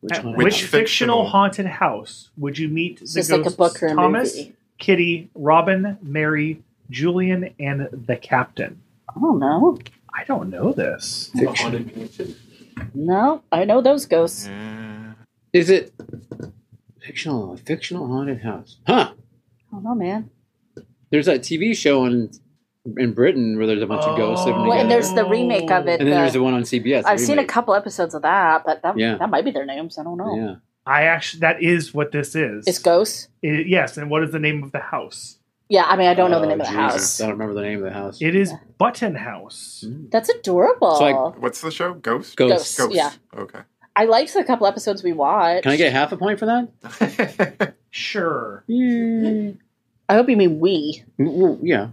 Which At one? which, Which fictional fictional- haunted house would you meet the just like a ghosts book or a Thomas, movie. Kitty, Robin, Mary, Julian, and the Captain? I don't know. I don't know this. No, I know those ghosts. Yeah. Is it fictional? A fictional haunted house? Huh. I don't know, man. There's that TV show on in Britain where there's a bunch of ghosts living Oh. together. Well, and there's the remake of it. And then the- there's the one on CBS. the I've seen a remake. couple episodes of that, but that, Yeah. that might be their names. I don't know. Yeah. I actually that is what this is. It's ghosts. It- yes, and what is the name of the house? Yeah, I mean, I don't know the name of the Oh, Jesus. house. I don't remember the name of the house. It is Button House. Mm. That's adorable. So I- What's the show? Ghost. Ghosts. Ghosts. yeah. Okay. I liked the couple episodes we watched. Can I get half a point for that? Sure. Yeah. Hmm. I hope you mean we. Well, yeah.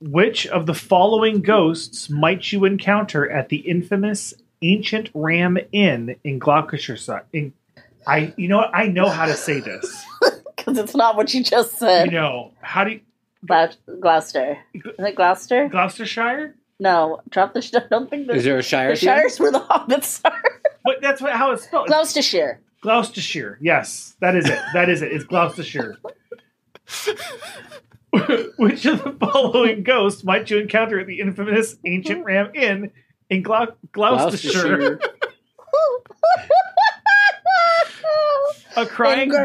Which of the following ghosts might you encounter at the infamous Ancient Ram Inn in Gloucestershire? In, I, you know, what? I know how to say this. Because it's not what you just You said. know how do you, Glou- Gloucester. Is it Gloucester? Gloucestershire? No. Drop the. Sh- I don't think Is the, there a Shire? the at the end? Shires were the hobbits are. But that's what, how it's spelled. Gloucestershire. Gloucestershire. Yes, that is it. That is it. It's Gloucestershire. Which of the following ghosts might you encounter at the infamous Ancient Ram Inn in Glou- Gloucestershire? Gloucestershire. A crying,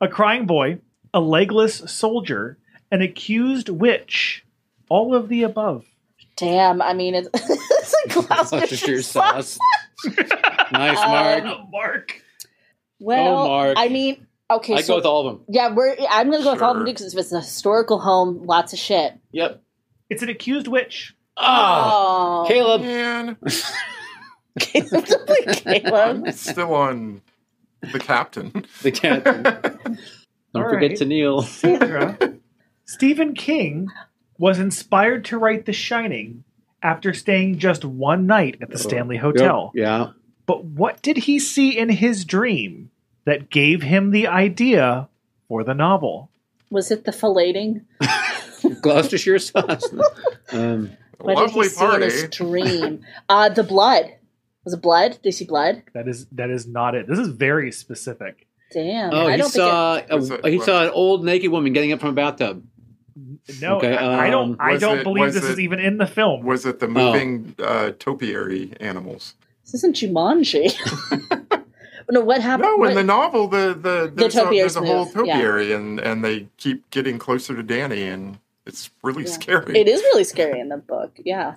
a crying boy, a legless soldier, an accused witch. All of the above. Damn. I mean, it's, it's a Gloucestershire Gloucestershire sauce. sauce. nice, Mark. Um, Mark. Well, Oh, Mark. I mean, okay. I'd so go with all of them. Yeah, we're. I'm gonna go with all the Sure. because if it's a historical home, lots of shit. Yep. It's an accused witch. Ah, Oh, Caleb. Man, Caleb, Caleb. I'm still on the captain. The cat. Don't All forget right. to kneel. Sandra. Stephen King was inspired to write The Shining after staying just one night at the Stanley Hotel. Yeah. But what did he see in his dream that gave him the idea for the novel? Was it the filleting? Gloucestershire sauce. um, What Lovely did he party. see in his dream? uh, the blood. Was it blood? Did he see blood? That is that is not it. This is very specific. Damn. oh, I he don't saw Was it- a, he was- saw an old naked woman getting up from a bathtub. No, Okay, I, I don't. um, I Was don't it- believe was this is it- even in the film. Was it the moving uh, topiary animals? think it, this isn't Jumanji. no, what happened? No, Uh, what, in the novel, the the there's, a, topiaries there's a whole move, yeah. topiary, and and they keep getting closer to Danny, and it's really Yeah. scary. it is really scary in the book. Yeah.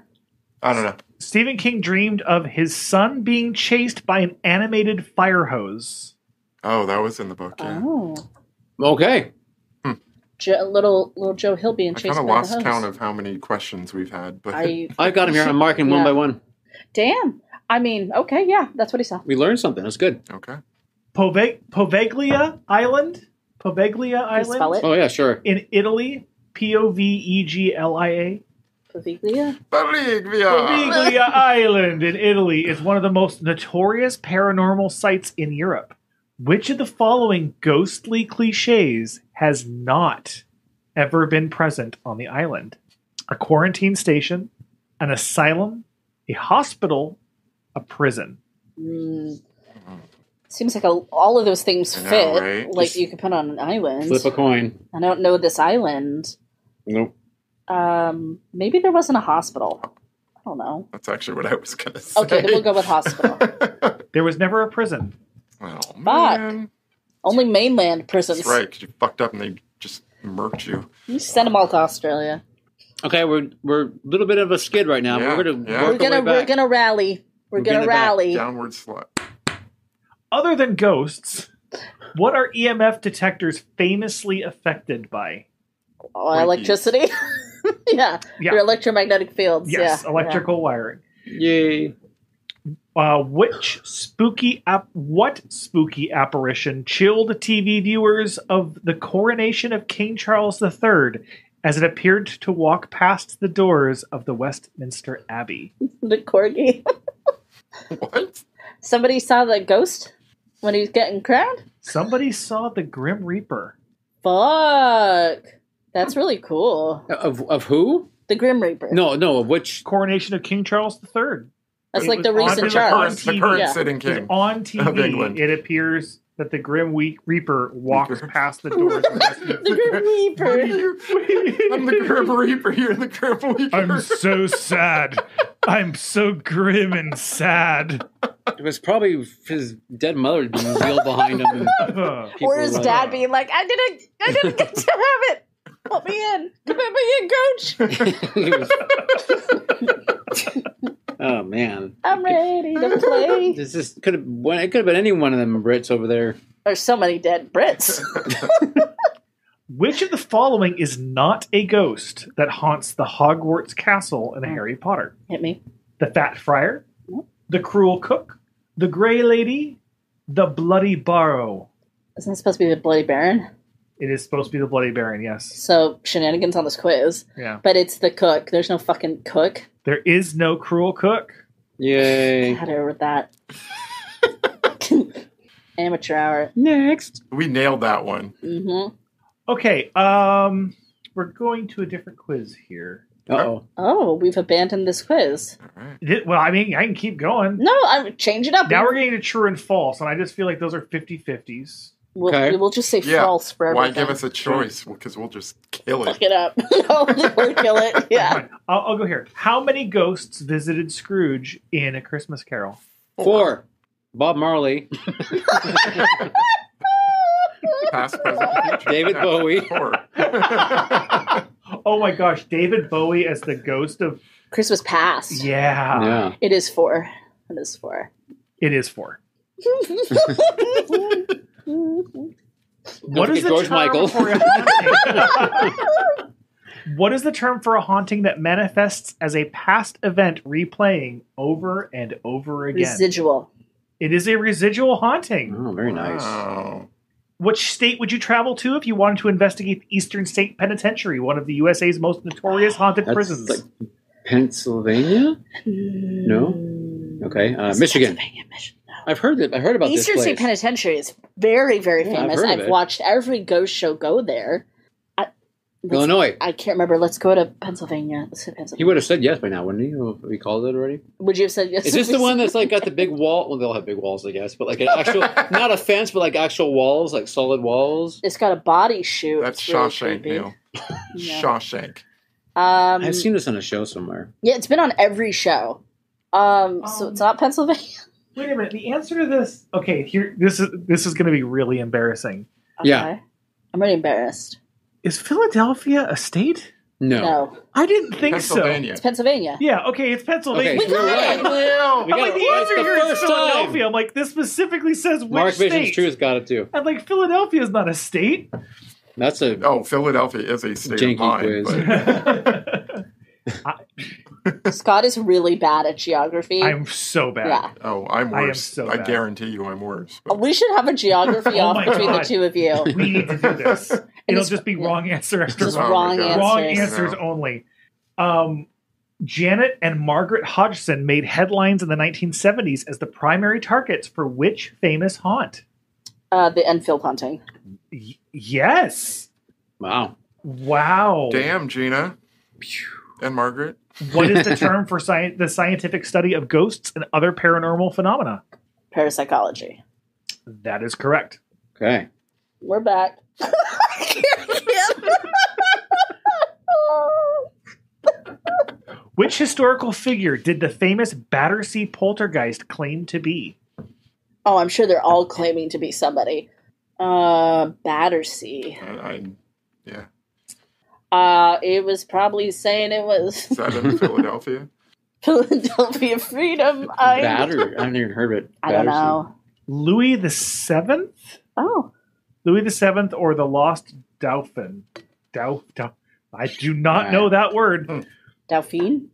I don't know. Stephen King dreamed of his son being chased by an animated fire hose. Oh, that was in the book. Yeah. Oh, Okay. jo- little little Joe Hill being I chased kind by of lost the hose. count of how many questions we've had, but I I've got him here. I'm marking Yeah. one by one. damn. I mean, okay, yeah, that's what he saw. We learned something. That's good. okay. Pove- Poveglia Island, Poveglia Can you Island spell it? Oh yeah, sure. in Italy. P o v e g l i a. Paviglia? Bolivia. Poveglia Island in Italy is one of the most notorious paranormal sites in Europe. Which of the following ghostly cliches has not ever been present on the island? A quarantine station, an asylum, a hospital, a prison. Mm. Seems like a, all of those things I know, fit. right? Like Just you could put on an island. Flip a coin. I don't know this island. Nope. Um, maybe there wasn't a hospital. I don't know. That's actually what I was gonna say. Okay, then we'll go with hospital. There was never a prison. Oh man, Only mainland prisons. that's right. 'cause you fucked up, and they just murked you. You send them all to Australia. Okay, we're we're a little bit of a skid right now. Yeah, but We're gonna yeah. work We're gonna our way we're back. gonna rally. We're, We're gonna, gonna back rally. Downward slot. Other than ghosts, what are EMF detectors famously affected by? Oh, electricity. yeah. Yeah. Your electromagnetic fields. Yes, yeah. electrical wiring. Yay! Uh, which spooky app? What spooky apparition chilled TV viewers of the coronation of King Charles III as it appeared to walk past the doors of the Westminster Abbey? Yeah. The corgi. What? Somebody saw the ghost when he was getting crowned? Somebody saw the Grim Reaper. Fuck. That's really cool. Of of who? The Grim Reaper. No, no. Of which? Coronation of King Charles III. That's like It was the on- The recent it was on current, Charles. the TV. current Yeah. sitting It was king. on Of TV. England. It appears that the Grim Wee- Reaper walks past the doors. and asks- The Grim Reaper. I'm the Grim Reaper. You're the Grim Reaper. I'm so sad. I'm so grim and sad. It was probably his dead mother being wheeled behind him. And people Or his were like, dad being like, I didn't I didn't get to have it. Put me in. Put me in, coach. oh man, I'm ready to play. this is could have it could have been any one of them Brits over there. There's so many dead Brits. Which of the following is not a ghost that haunts the Hogwarts castle in Harry Potter? Hit me. The Fat Friar, the Cruel Cook, the Grey Lady, the Bloody Barrow. Isn't it supposed to be the Bloody Baron? It is supposed to be the Bloody Baron, yes. So shenanigans on this quiz. Yeah. But it's the cook. There's no fucking cook. There is no Cruel Cook. Yay! Got over that. Amateur hour. Next, we nailed that one. Mm-hmm. Okay, um, we're going to a different quiz here. oh, Oh, we've abandoned this quiz. Thi- Well, I mean, I can keep going. No, I'm changing up. Now we're getting to true and false, and I just feel like those are 50 50s. we'll, Okay. we'll just say Yeah. false for everything. Why give us a choice? Because we'll just kill Fuck it it. up. we'll kill it. Yeah. Fine. I'll, I'll go here. How many ghosts visited Scrooge in A Christmas Carol? four. Bob Marley, Past, present, future. David Yeah, Bowie. Four. Oh my gosh, David Bowie as the ghost of. Christmas past. Yeah, yeah, It is four. It is four. it is four. Don't forget George Michael. for a haunting? what is the term for a haunting that manifests as a past event replaying over and over again? Residual. it is a residual haunting. oh, very nice. Wow. Which state would you travel to if you wanted to investigate the Eastern State Penitentiary, one of the USA's most notorious haunted That's prisons? like Pennsylvania. No? Okay, uh, Michigan. Pennsylvania, Michigan. I've heard that. I heard about Eastern this State place. Penitentiary is very, very Yeah, I've famous. heard of I've, it. watched every ghost show go there. I, let's- Illinois. I can't remember. Let's go to Pennsylvania. Let's go to He Pennsylvania. would have said yes by now, wouldn't he? If we called it already. Would you have said yes? Is this the one that's like got the big wall? Well, they'll have big walls, I guess, but like an actual, not a fence, but like actual walls, like solid walls. It's got a body shoot. That's It's really Shawshank, creepy. Neil. Yeah. Shawshank. Um, I've seen this on a show somewhere. yeah, it's been on every show. Um, so Um, it's not Pennsylvania. Wait a minute. The answer to this. Okay, here. This is this is going to be really embarrassing. Yeah. Okay. I'm really embarrassed. Is Philadelphia a state? No, No, I didn't think so. Pennsylvania. it's Pennsylvania. Yeah. Okay, it's Pennsylvania. okay, so we're right. Neil! We got Like, it the right answer the here is first Philadelphia. time. I'm like, this specifically says which Mark state. Vision's truth got it too. I'm like, Philadelphia is not a state. That's a Oh, Philadelphia is a state Janky of mind. quiz. but- Scott is really bad at geography. I'm so bad. yeah. oh, I'm I am worse. I, so bad. guarantee you I'm worse. but- We should have a geography Oh off my between God. the two of you. We need to do this. It'll it's- just be yeah. wrong answer after Just Oh my wrong God. answers. wrong answer. answers No. only. Um, Janet and Margaret Hodgson made headlines in the 1970s as the primary targets for which famous haunt? Uh, the Enfield hunting. Y- yes. wow. Wow. Damn, Gina. And Margaret. What is the term for sci- the scientific study of ghosts and other paranormal phenomena? Parapsychology. That is correct. Okay, We're back. Which historical figure did the famous Battersea poltergeist claim to be? oh, I'm sure they're all claiming to be somebody. Uh, Battersea. I, I, yeah. Uh, it was probably saying it was Is that in Philadelphia? Philadelphia Freedom. I, batter. I haven't even heard of it. I don't Battersea. know. Louis the Seventh? Oh, Louis the Seventh or the Lost Dauphin? Dau, Dau- I do not know that word. Dauphine.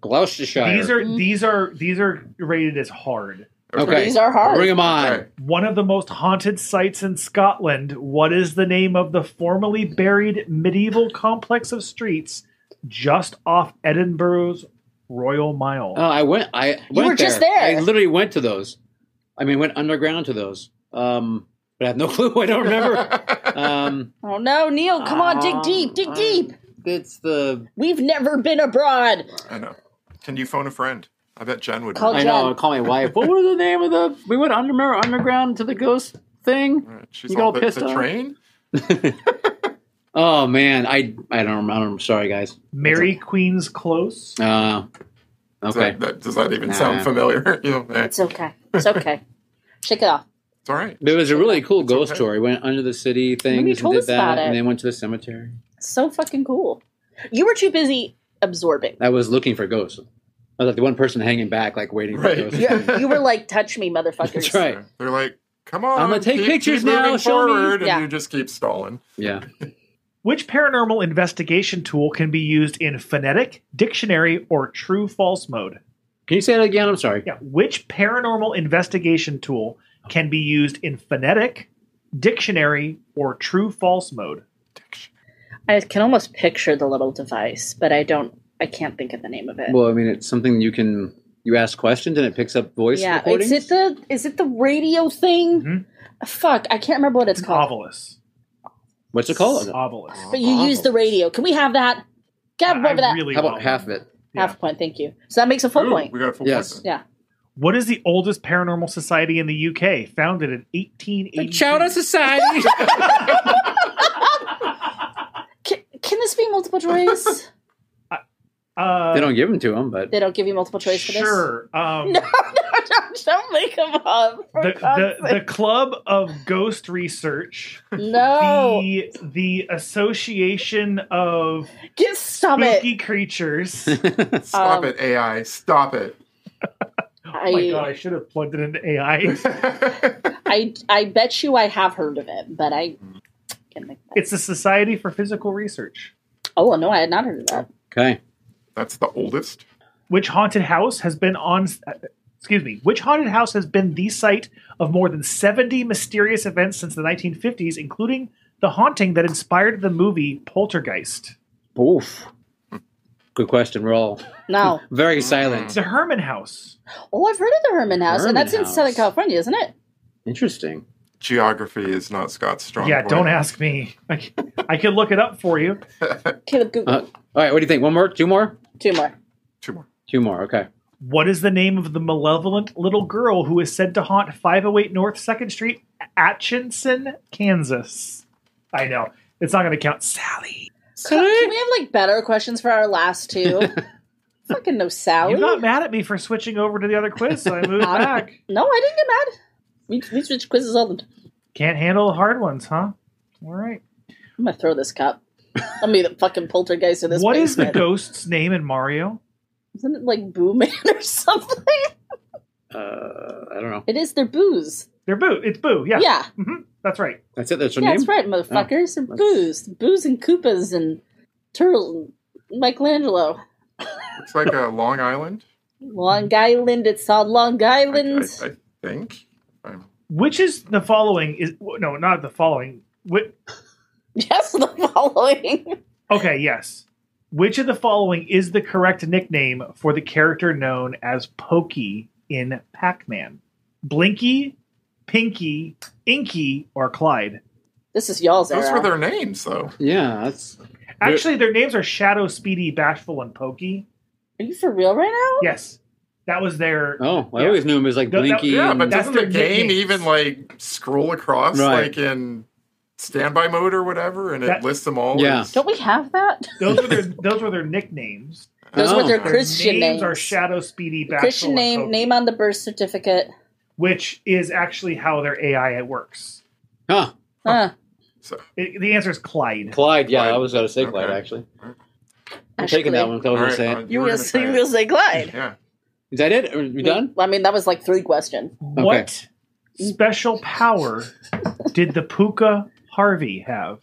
Gloucestershire. These are these are these are rated as hard. okay. These are hard. Bring them on. Okay. One of the most haunted sites in Scotland. What is the name of the formerly buried medieval complex of streets just off Edinburgh's Royal Mile? Oh, I went. I went were just there. I literally went to those. I mean, went underground to those. Um, but I have no clue. I don't remember. um, Ah, Oh no, Neil! Come on, dig deep, dig deep. it's the We've never been abroad. I know. Can you phone a friend? I bet Jen would. Call- know. I know. I call my wife. What was the name of the? We went under underground to the ghost thing? All right, She's You all on the, pissed the off? train. Oh man, I I don't remember. I'm sorry, guys. Mary Queen's Close. Uh, Does okay. That, that, does that even Nah. sound familiar? you know, eh, It's okay. It's okay. Shake it off. it's all right. There was a really cool ghost okay. story. Went under the city Nobody thing and told did us about that, and it. then went to the cemetery. So fucking cool. You were too busy absorbing. I was looking for ghosts. I was like the one person hanging back, like waiting for Right. ghosts. Yeah, you were like, "Touch me, motherfuckers." That's right. They're like, come on. gonna take keep- pictures keep moving now, show me." forward, Yeah. And you just keep stalling. Yeah. Which paranormal investigation tool can be used in phonetic, dictionary, or true false mode? Can you say that again? I'm sorry. Yeah. Which paranormal investigation tool can be used in phonetic, dictionary, or true false mode? I can almost picture the little device, but I don't. I can't think of the name of it. Well, I mean, it's something you can you ask questions and it picks up voice yeah, recordings. Mm-hmm. is it the is it the radio thing? Mhm. Fuck, I can't remember what it's called. Ovilus. What's it called? How Ovilus. But you use the radio. Can we have that? Get I over that really about want half of one. it? half yeah. a point. Thank you. So that makes a full Ooh, point. We got a full Yes. point. Yeah, What is the oldest paranormal society in the UK? Founded in 1880. Society. can, can this be multiple choice? Uh, they don't give them to them, but they don't give you multiple choice for this. sure. Um, No, no, don't, don't make them up. for the, God's the, the Club of Ghost Research. sake. no, the the Association of get stop Spooky it. Creatures. Stop Um, it, AI. Stop it. Oh my I- god, I should have plugged it into AI. I I bet you I have heard of it, but I can make that. It's the Society for Physical Research. Oh no, I had not heard of that. okay. That's the oldest. Which haunted house has been on? uh, Excuse me. Which haunted house has been the site of more than seventy mysterious events since the 1950s, including the haunting that inspired the movie Poltergeist? Oof. Good question. We're all No. very silent. It's a Herman House. Oh, I've heard of the Herman House, Herman and that's in House. Southern California, isn't it? Interesting. Geography is not Scott's strong yeah, point. don't ask me. I, c- I could look it up for you. Caleb, Google Uh, all right. What do you think? One more? Two more? two more. Two more. Two more. Okay. What is the name of the malevolent little girl who is said to haunt 508 North 2nd Street, Atchison, Kansas? I know. It's not going to count. Sally. Can, can we have like better questions for our last two? Fucking no Sally. You're not mad at me for switching over to the other quiz, so I moved back. no, I didn't get mad. We, we switch quizzes all the time. Can't handle the hard ones, huh? All right. I'm gonna throw this cup. I'll be the fucking poltergeist in this. What is the basement. ghost's name in Mario? Isn't it like Boo Man or something? Uh, I don't know. It is. They're booze. They're Boo. It's Boo. Yeah. Yeah, yeah, Mhm. That's right. That's it. That's your name. that's right, motherfuckers. They're booze, booze and Koopas and Turtle, Michelangelo, Looks like a Long Island. Long Island. It's all Long I, Island. I, I think. I'm- Which is the following? Is No, not the following. Wh- Yes, the following. Okay, yes. Which of the following is the correct nickname for the character known as Pokey in Pac Man? Blinky, Pinky, Inky, or Clyde? This is y'all's Those era. were their names, though. Yeah. That's Actually, their names are Shadow, Speedy, Bashful, and Pokey. Are you for real right now? Yes, that was their. oh, I Yeah. always knew him as like That- that- Blinky. Yeah, but and- that's doesn't their the game nicknames. even like scroll across Right. like in standby mode or whatever, and That- it lists them all? Yeah. as- Don't we have that? Those were their. those were their nicknames. Those Oh. were their Their Christian names, names. are Shadow, Speedy, Bashful, Christian and name, Pokey, name on the birth certificate. which is actually how their AI works. Huh. Huh. It- the answer is Clyde. Clyde. Yeah, Clyde. I was going to say Clyde Okay. actually. I'm Actually, taking that one. 'cause I was All going right, to say uh, it. You were were gonna gonna say, you were it. gonna say Clyde. Yeah. Is that it? Are we done? I mean, that was like three questions. What special power did the Puka Harvey have?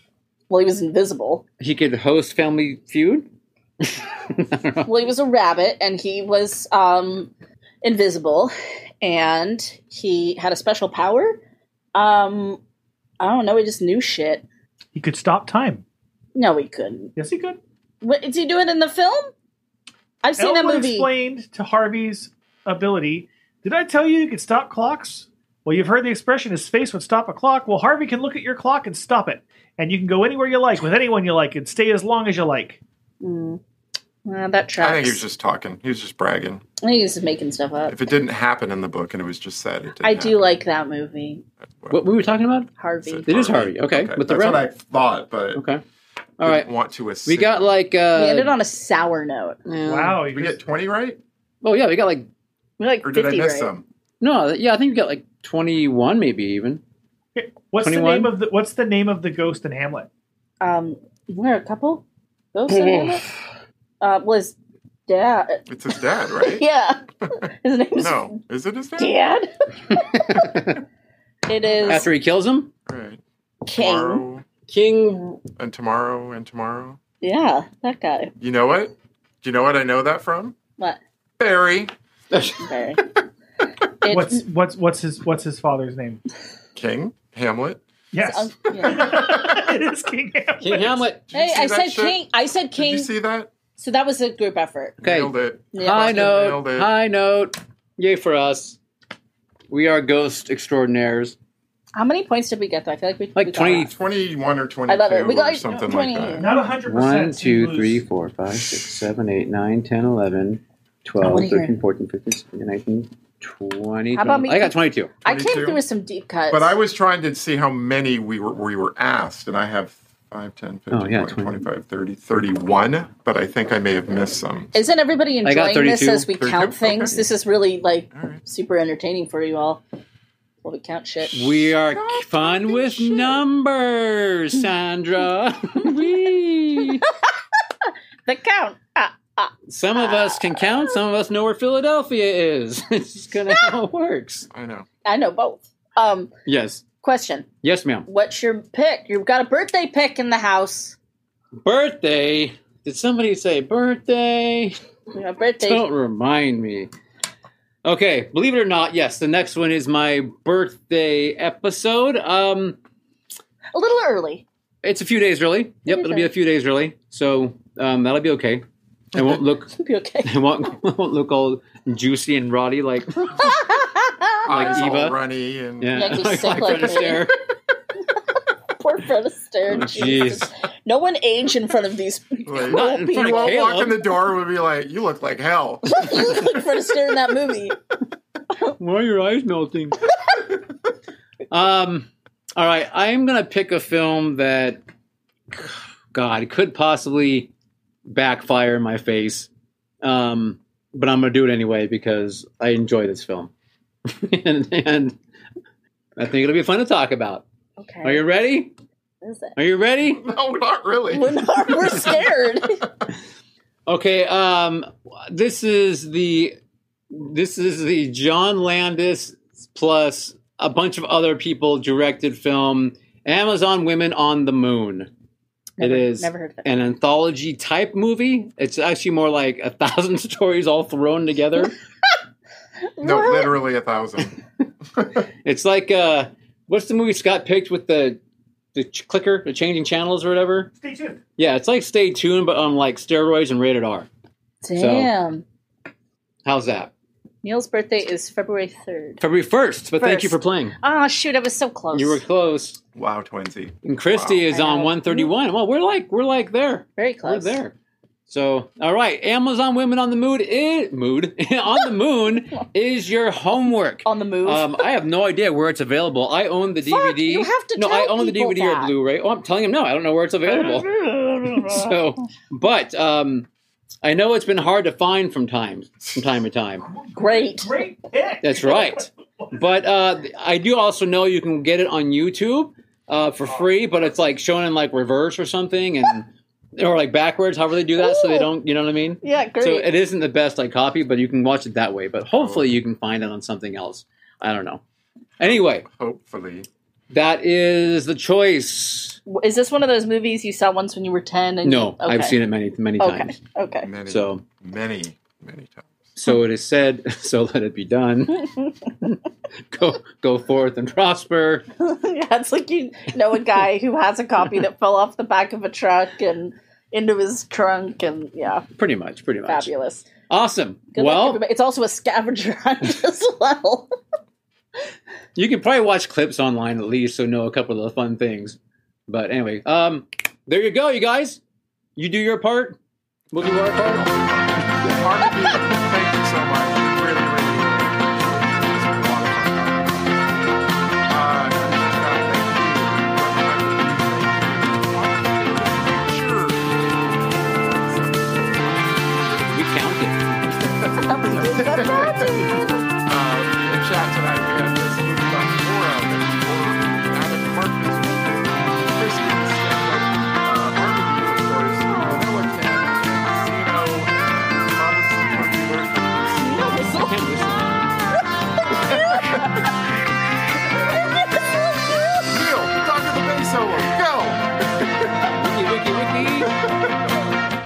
Well, he was invisible. He could host Family Feud. Well, he was a rabbit, and he was um, invisible, and he had a special power. Um, I don't know. He just knew shit. He could stop time. No, he couldn't. Yes, he could. What, did he do it in the film? I've seen that Elwood movie. explained to Harvey's ability. Did I tell you you could stop clocks? Well, you've heard the expression his face would stop a clock. Well, Harvey can look at your clock and stop it. And you can go anywhere you like with anyone you like and stay as long as you like. Mm. Uh, that tracks. I think he was just talking. He was just bragging. I think he was just making stuff up. If it didn't happen in the book and it was just said, it didn't I do happen. like that movie, What we were talking about? Harvey. It is Harvey. Okay, Okay, with the that's red. what I thought, but okay. all All right. right. Want to assume. We got like. we Uh, ended on a sour note. yeah. Wow, Did you we just- get twenty right, Oh yeah, we got like We're like or did I fifty, miss right? some? no. Yeah, I think we got like twenty-one, maybe even. what's 21? the name of the What's the name of the ghost in Hamlet? Um, we're a couple. Ghosts in Mm-hmm. Hamlet? Uh, was dad? It's his dad, right? Yeah, his name's No, is it his dad? Dad. it is After he kills him, Right. King. Tomorrow King. and tomorrow and tomorrow. Yeah, that guy. You know what? Do you know what I know that from? What? Barry Barry. It- What's What's What's his What's his father's name? King Hamlet. Yes, um, yeah. it is King Hamlet. King Hamlet. Did you Hey, see I that said shit? King. I said Did you King. see that? So that was a group effort. Okay. Nailed it. Yeah. High Fucking note. nailed it. High note. Yay for us. We are ghost extraordinaires. How many points did we get? Though I feel like we Like we got 20 that. Twenty-one or I twenty-two love it. We got or something twenty. like that. Not hundred percent. 1, 2, 3, 4, 5, 6, 7, 8, 9, 10, 11, 12, wanna hear 13, 14, 15, 16, 19, 20. How about me- I got 22. I came 22? through with some deep cuts. But I was trying to see how many we were we were asked, and I have 5, 10, 15, Oh, yeah, 20, 20. 25, 30, 31, but I think I may have missed some. Isn't everybody I got enjoying this 32. as we 32? count things? Okay. This is really like All right. super entertaining for you all. Well, we count shit. We are fun with numbers, Sandra. Whee! The count. Ah, ah. Some of us can count, some of us know where Philadelphia is. It's just kind of how it works. I know. I know both. Um, Yes. question. Yes, ma'am. What's your pick? You've got a birthday pick in the house. Birthday. Did somebody say birthday? You know, birthday. Don't remind me. Okay, believe it or not, yes, the next one is my birthday episode. Um, A little early. it's a few days early. Yep, is it'll be a early. few days early, so um, that'll be okay. I won't look. It'll be okay. I won't, I won't look all juicy and rotty like Like Eyes all Eva? runny and yeah. Yeah, 'cause like sick like Fred me. Astaire. Poor Fred Astaire. Jesus. Oh, Jeez, No one age in front of these. Like, Not in you front of won't walk Caleb. in the door and be like, "You look like hell." you look like Fred Astaire in that movie. why are your eyes melting? um, all right, I am gonna pick a film that, God, could possibly backfire in my face, um, but I'm gonna do it anyway because I enjoy this film, and, and I think it'll be fun to talk about. Okay. Are you ready? What is it? Are you ready? no, not really. We're, not, we're scared. Okay, um this is the this is the John Landis plus a bunch of other people directed film Amazon Women on the Moon. Never- is. Never heard of it. An anthology type movie. It's actually more like a thousand stories all thrown together. No, What? literally a thousand. it's like uh what's the movie Scott picked with the the ch- clicker, the changing channels or whatever? Stay tuned. Yeah, it's like Stay Tuned but on like steroids and rated R. Damn. How's that? Neil's birthday is February 3rd. February 1st, but thank you First. for playing. Oh, shoot, I was so close. You were close. Wow, twinsy. And Christy Wow. is I on know. 131. Well, we're like we're like there. very close. We're there. So, all right, Amazon Women on the Mood i- mood on the moon is your homework. On the move. Um, I have no idea where it's available. I own the Fuck, DVD. you have to no, tell I own the people DVD that. or Blu-ray. Oh, I'm telling him no. I don't know where it's available. so, but um, I know it's been hard to find from time from time to time. Great. Great pick. That's right. But uh, I do also know you can get it on YouTube uh, for free, but it's like shown in like reverse or something, and or like backwards, however they do that, so they don't. You know what I mean? Yeah, great. So it isn't the best like copy, but you can watch it that way. But hopefully, you can find it on something else. I don't know. Anyway, Hopefully, that is the choice. is this one of those movies you saw once when you were 10? And No, you, okay. I've seen it many many Okay. times. Okay. many, So many, many times. so it is said. So let it be done. go go forth and prosper. yeah, it's like you know a guy who has a copy that fell off the back of a truck and into his trunk, and yeah, Pretty much. Pretty much. fabulous. Awesome. Good luck, well, everybody. it's also a scavenger hunt as well. you can probably watch clips online at least, so know a couple of the fun things. But anyway, um, there you go, you guys. You do your part. We'll do our part. Barbecue, thank you so much. Really, really, really. It's been a lot of fun. Uh, God, thank you. Sure. We count Um, in chat tonight, we have this movie about Laura that we were out of Marcus Christie and stuff. Uh, Barbecue, of course, the Manila Can, Casino, Robinson Computer, Casino. I can't listen. Neil, talk to the bass solo. Go! Wiki, wiki, wiki.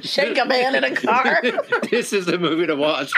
Shake a man in a car. this is the movie to watch.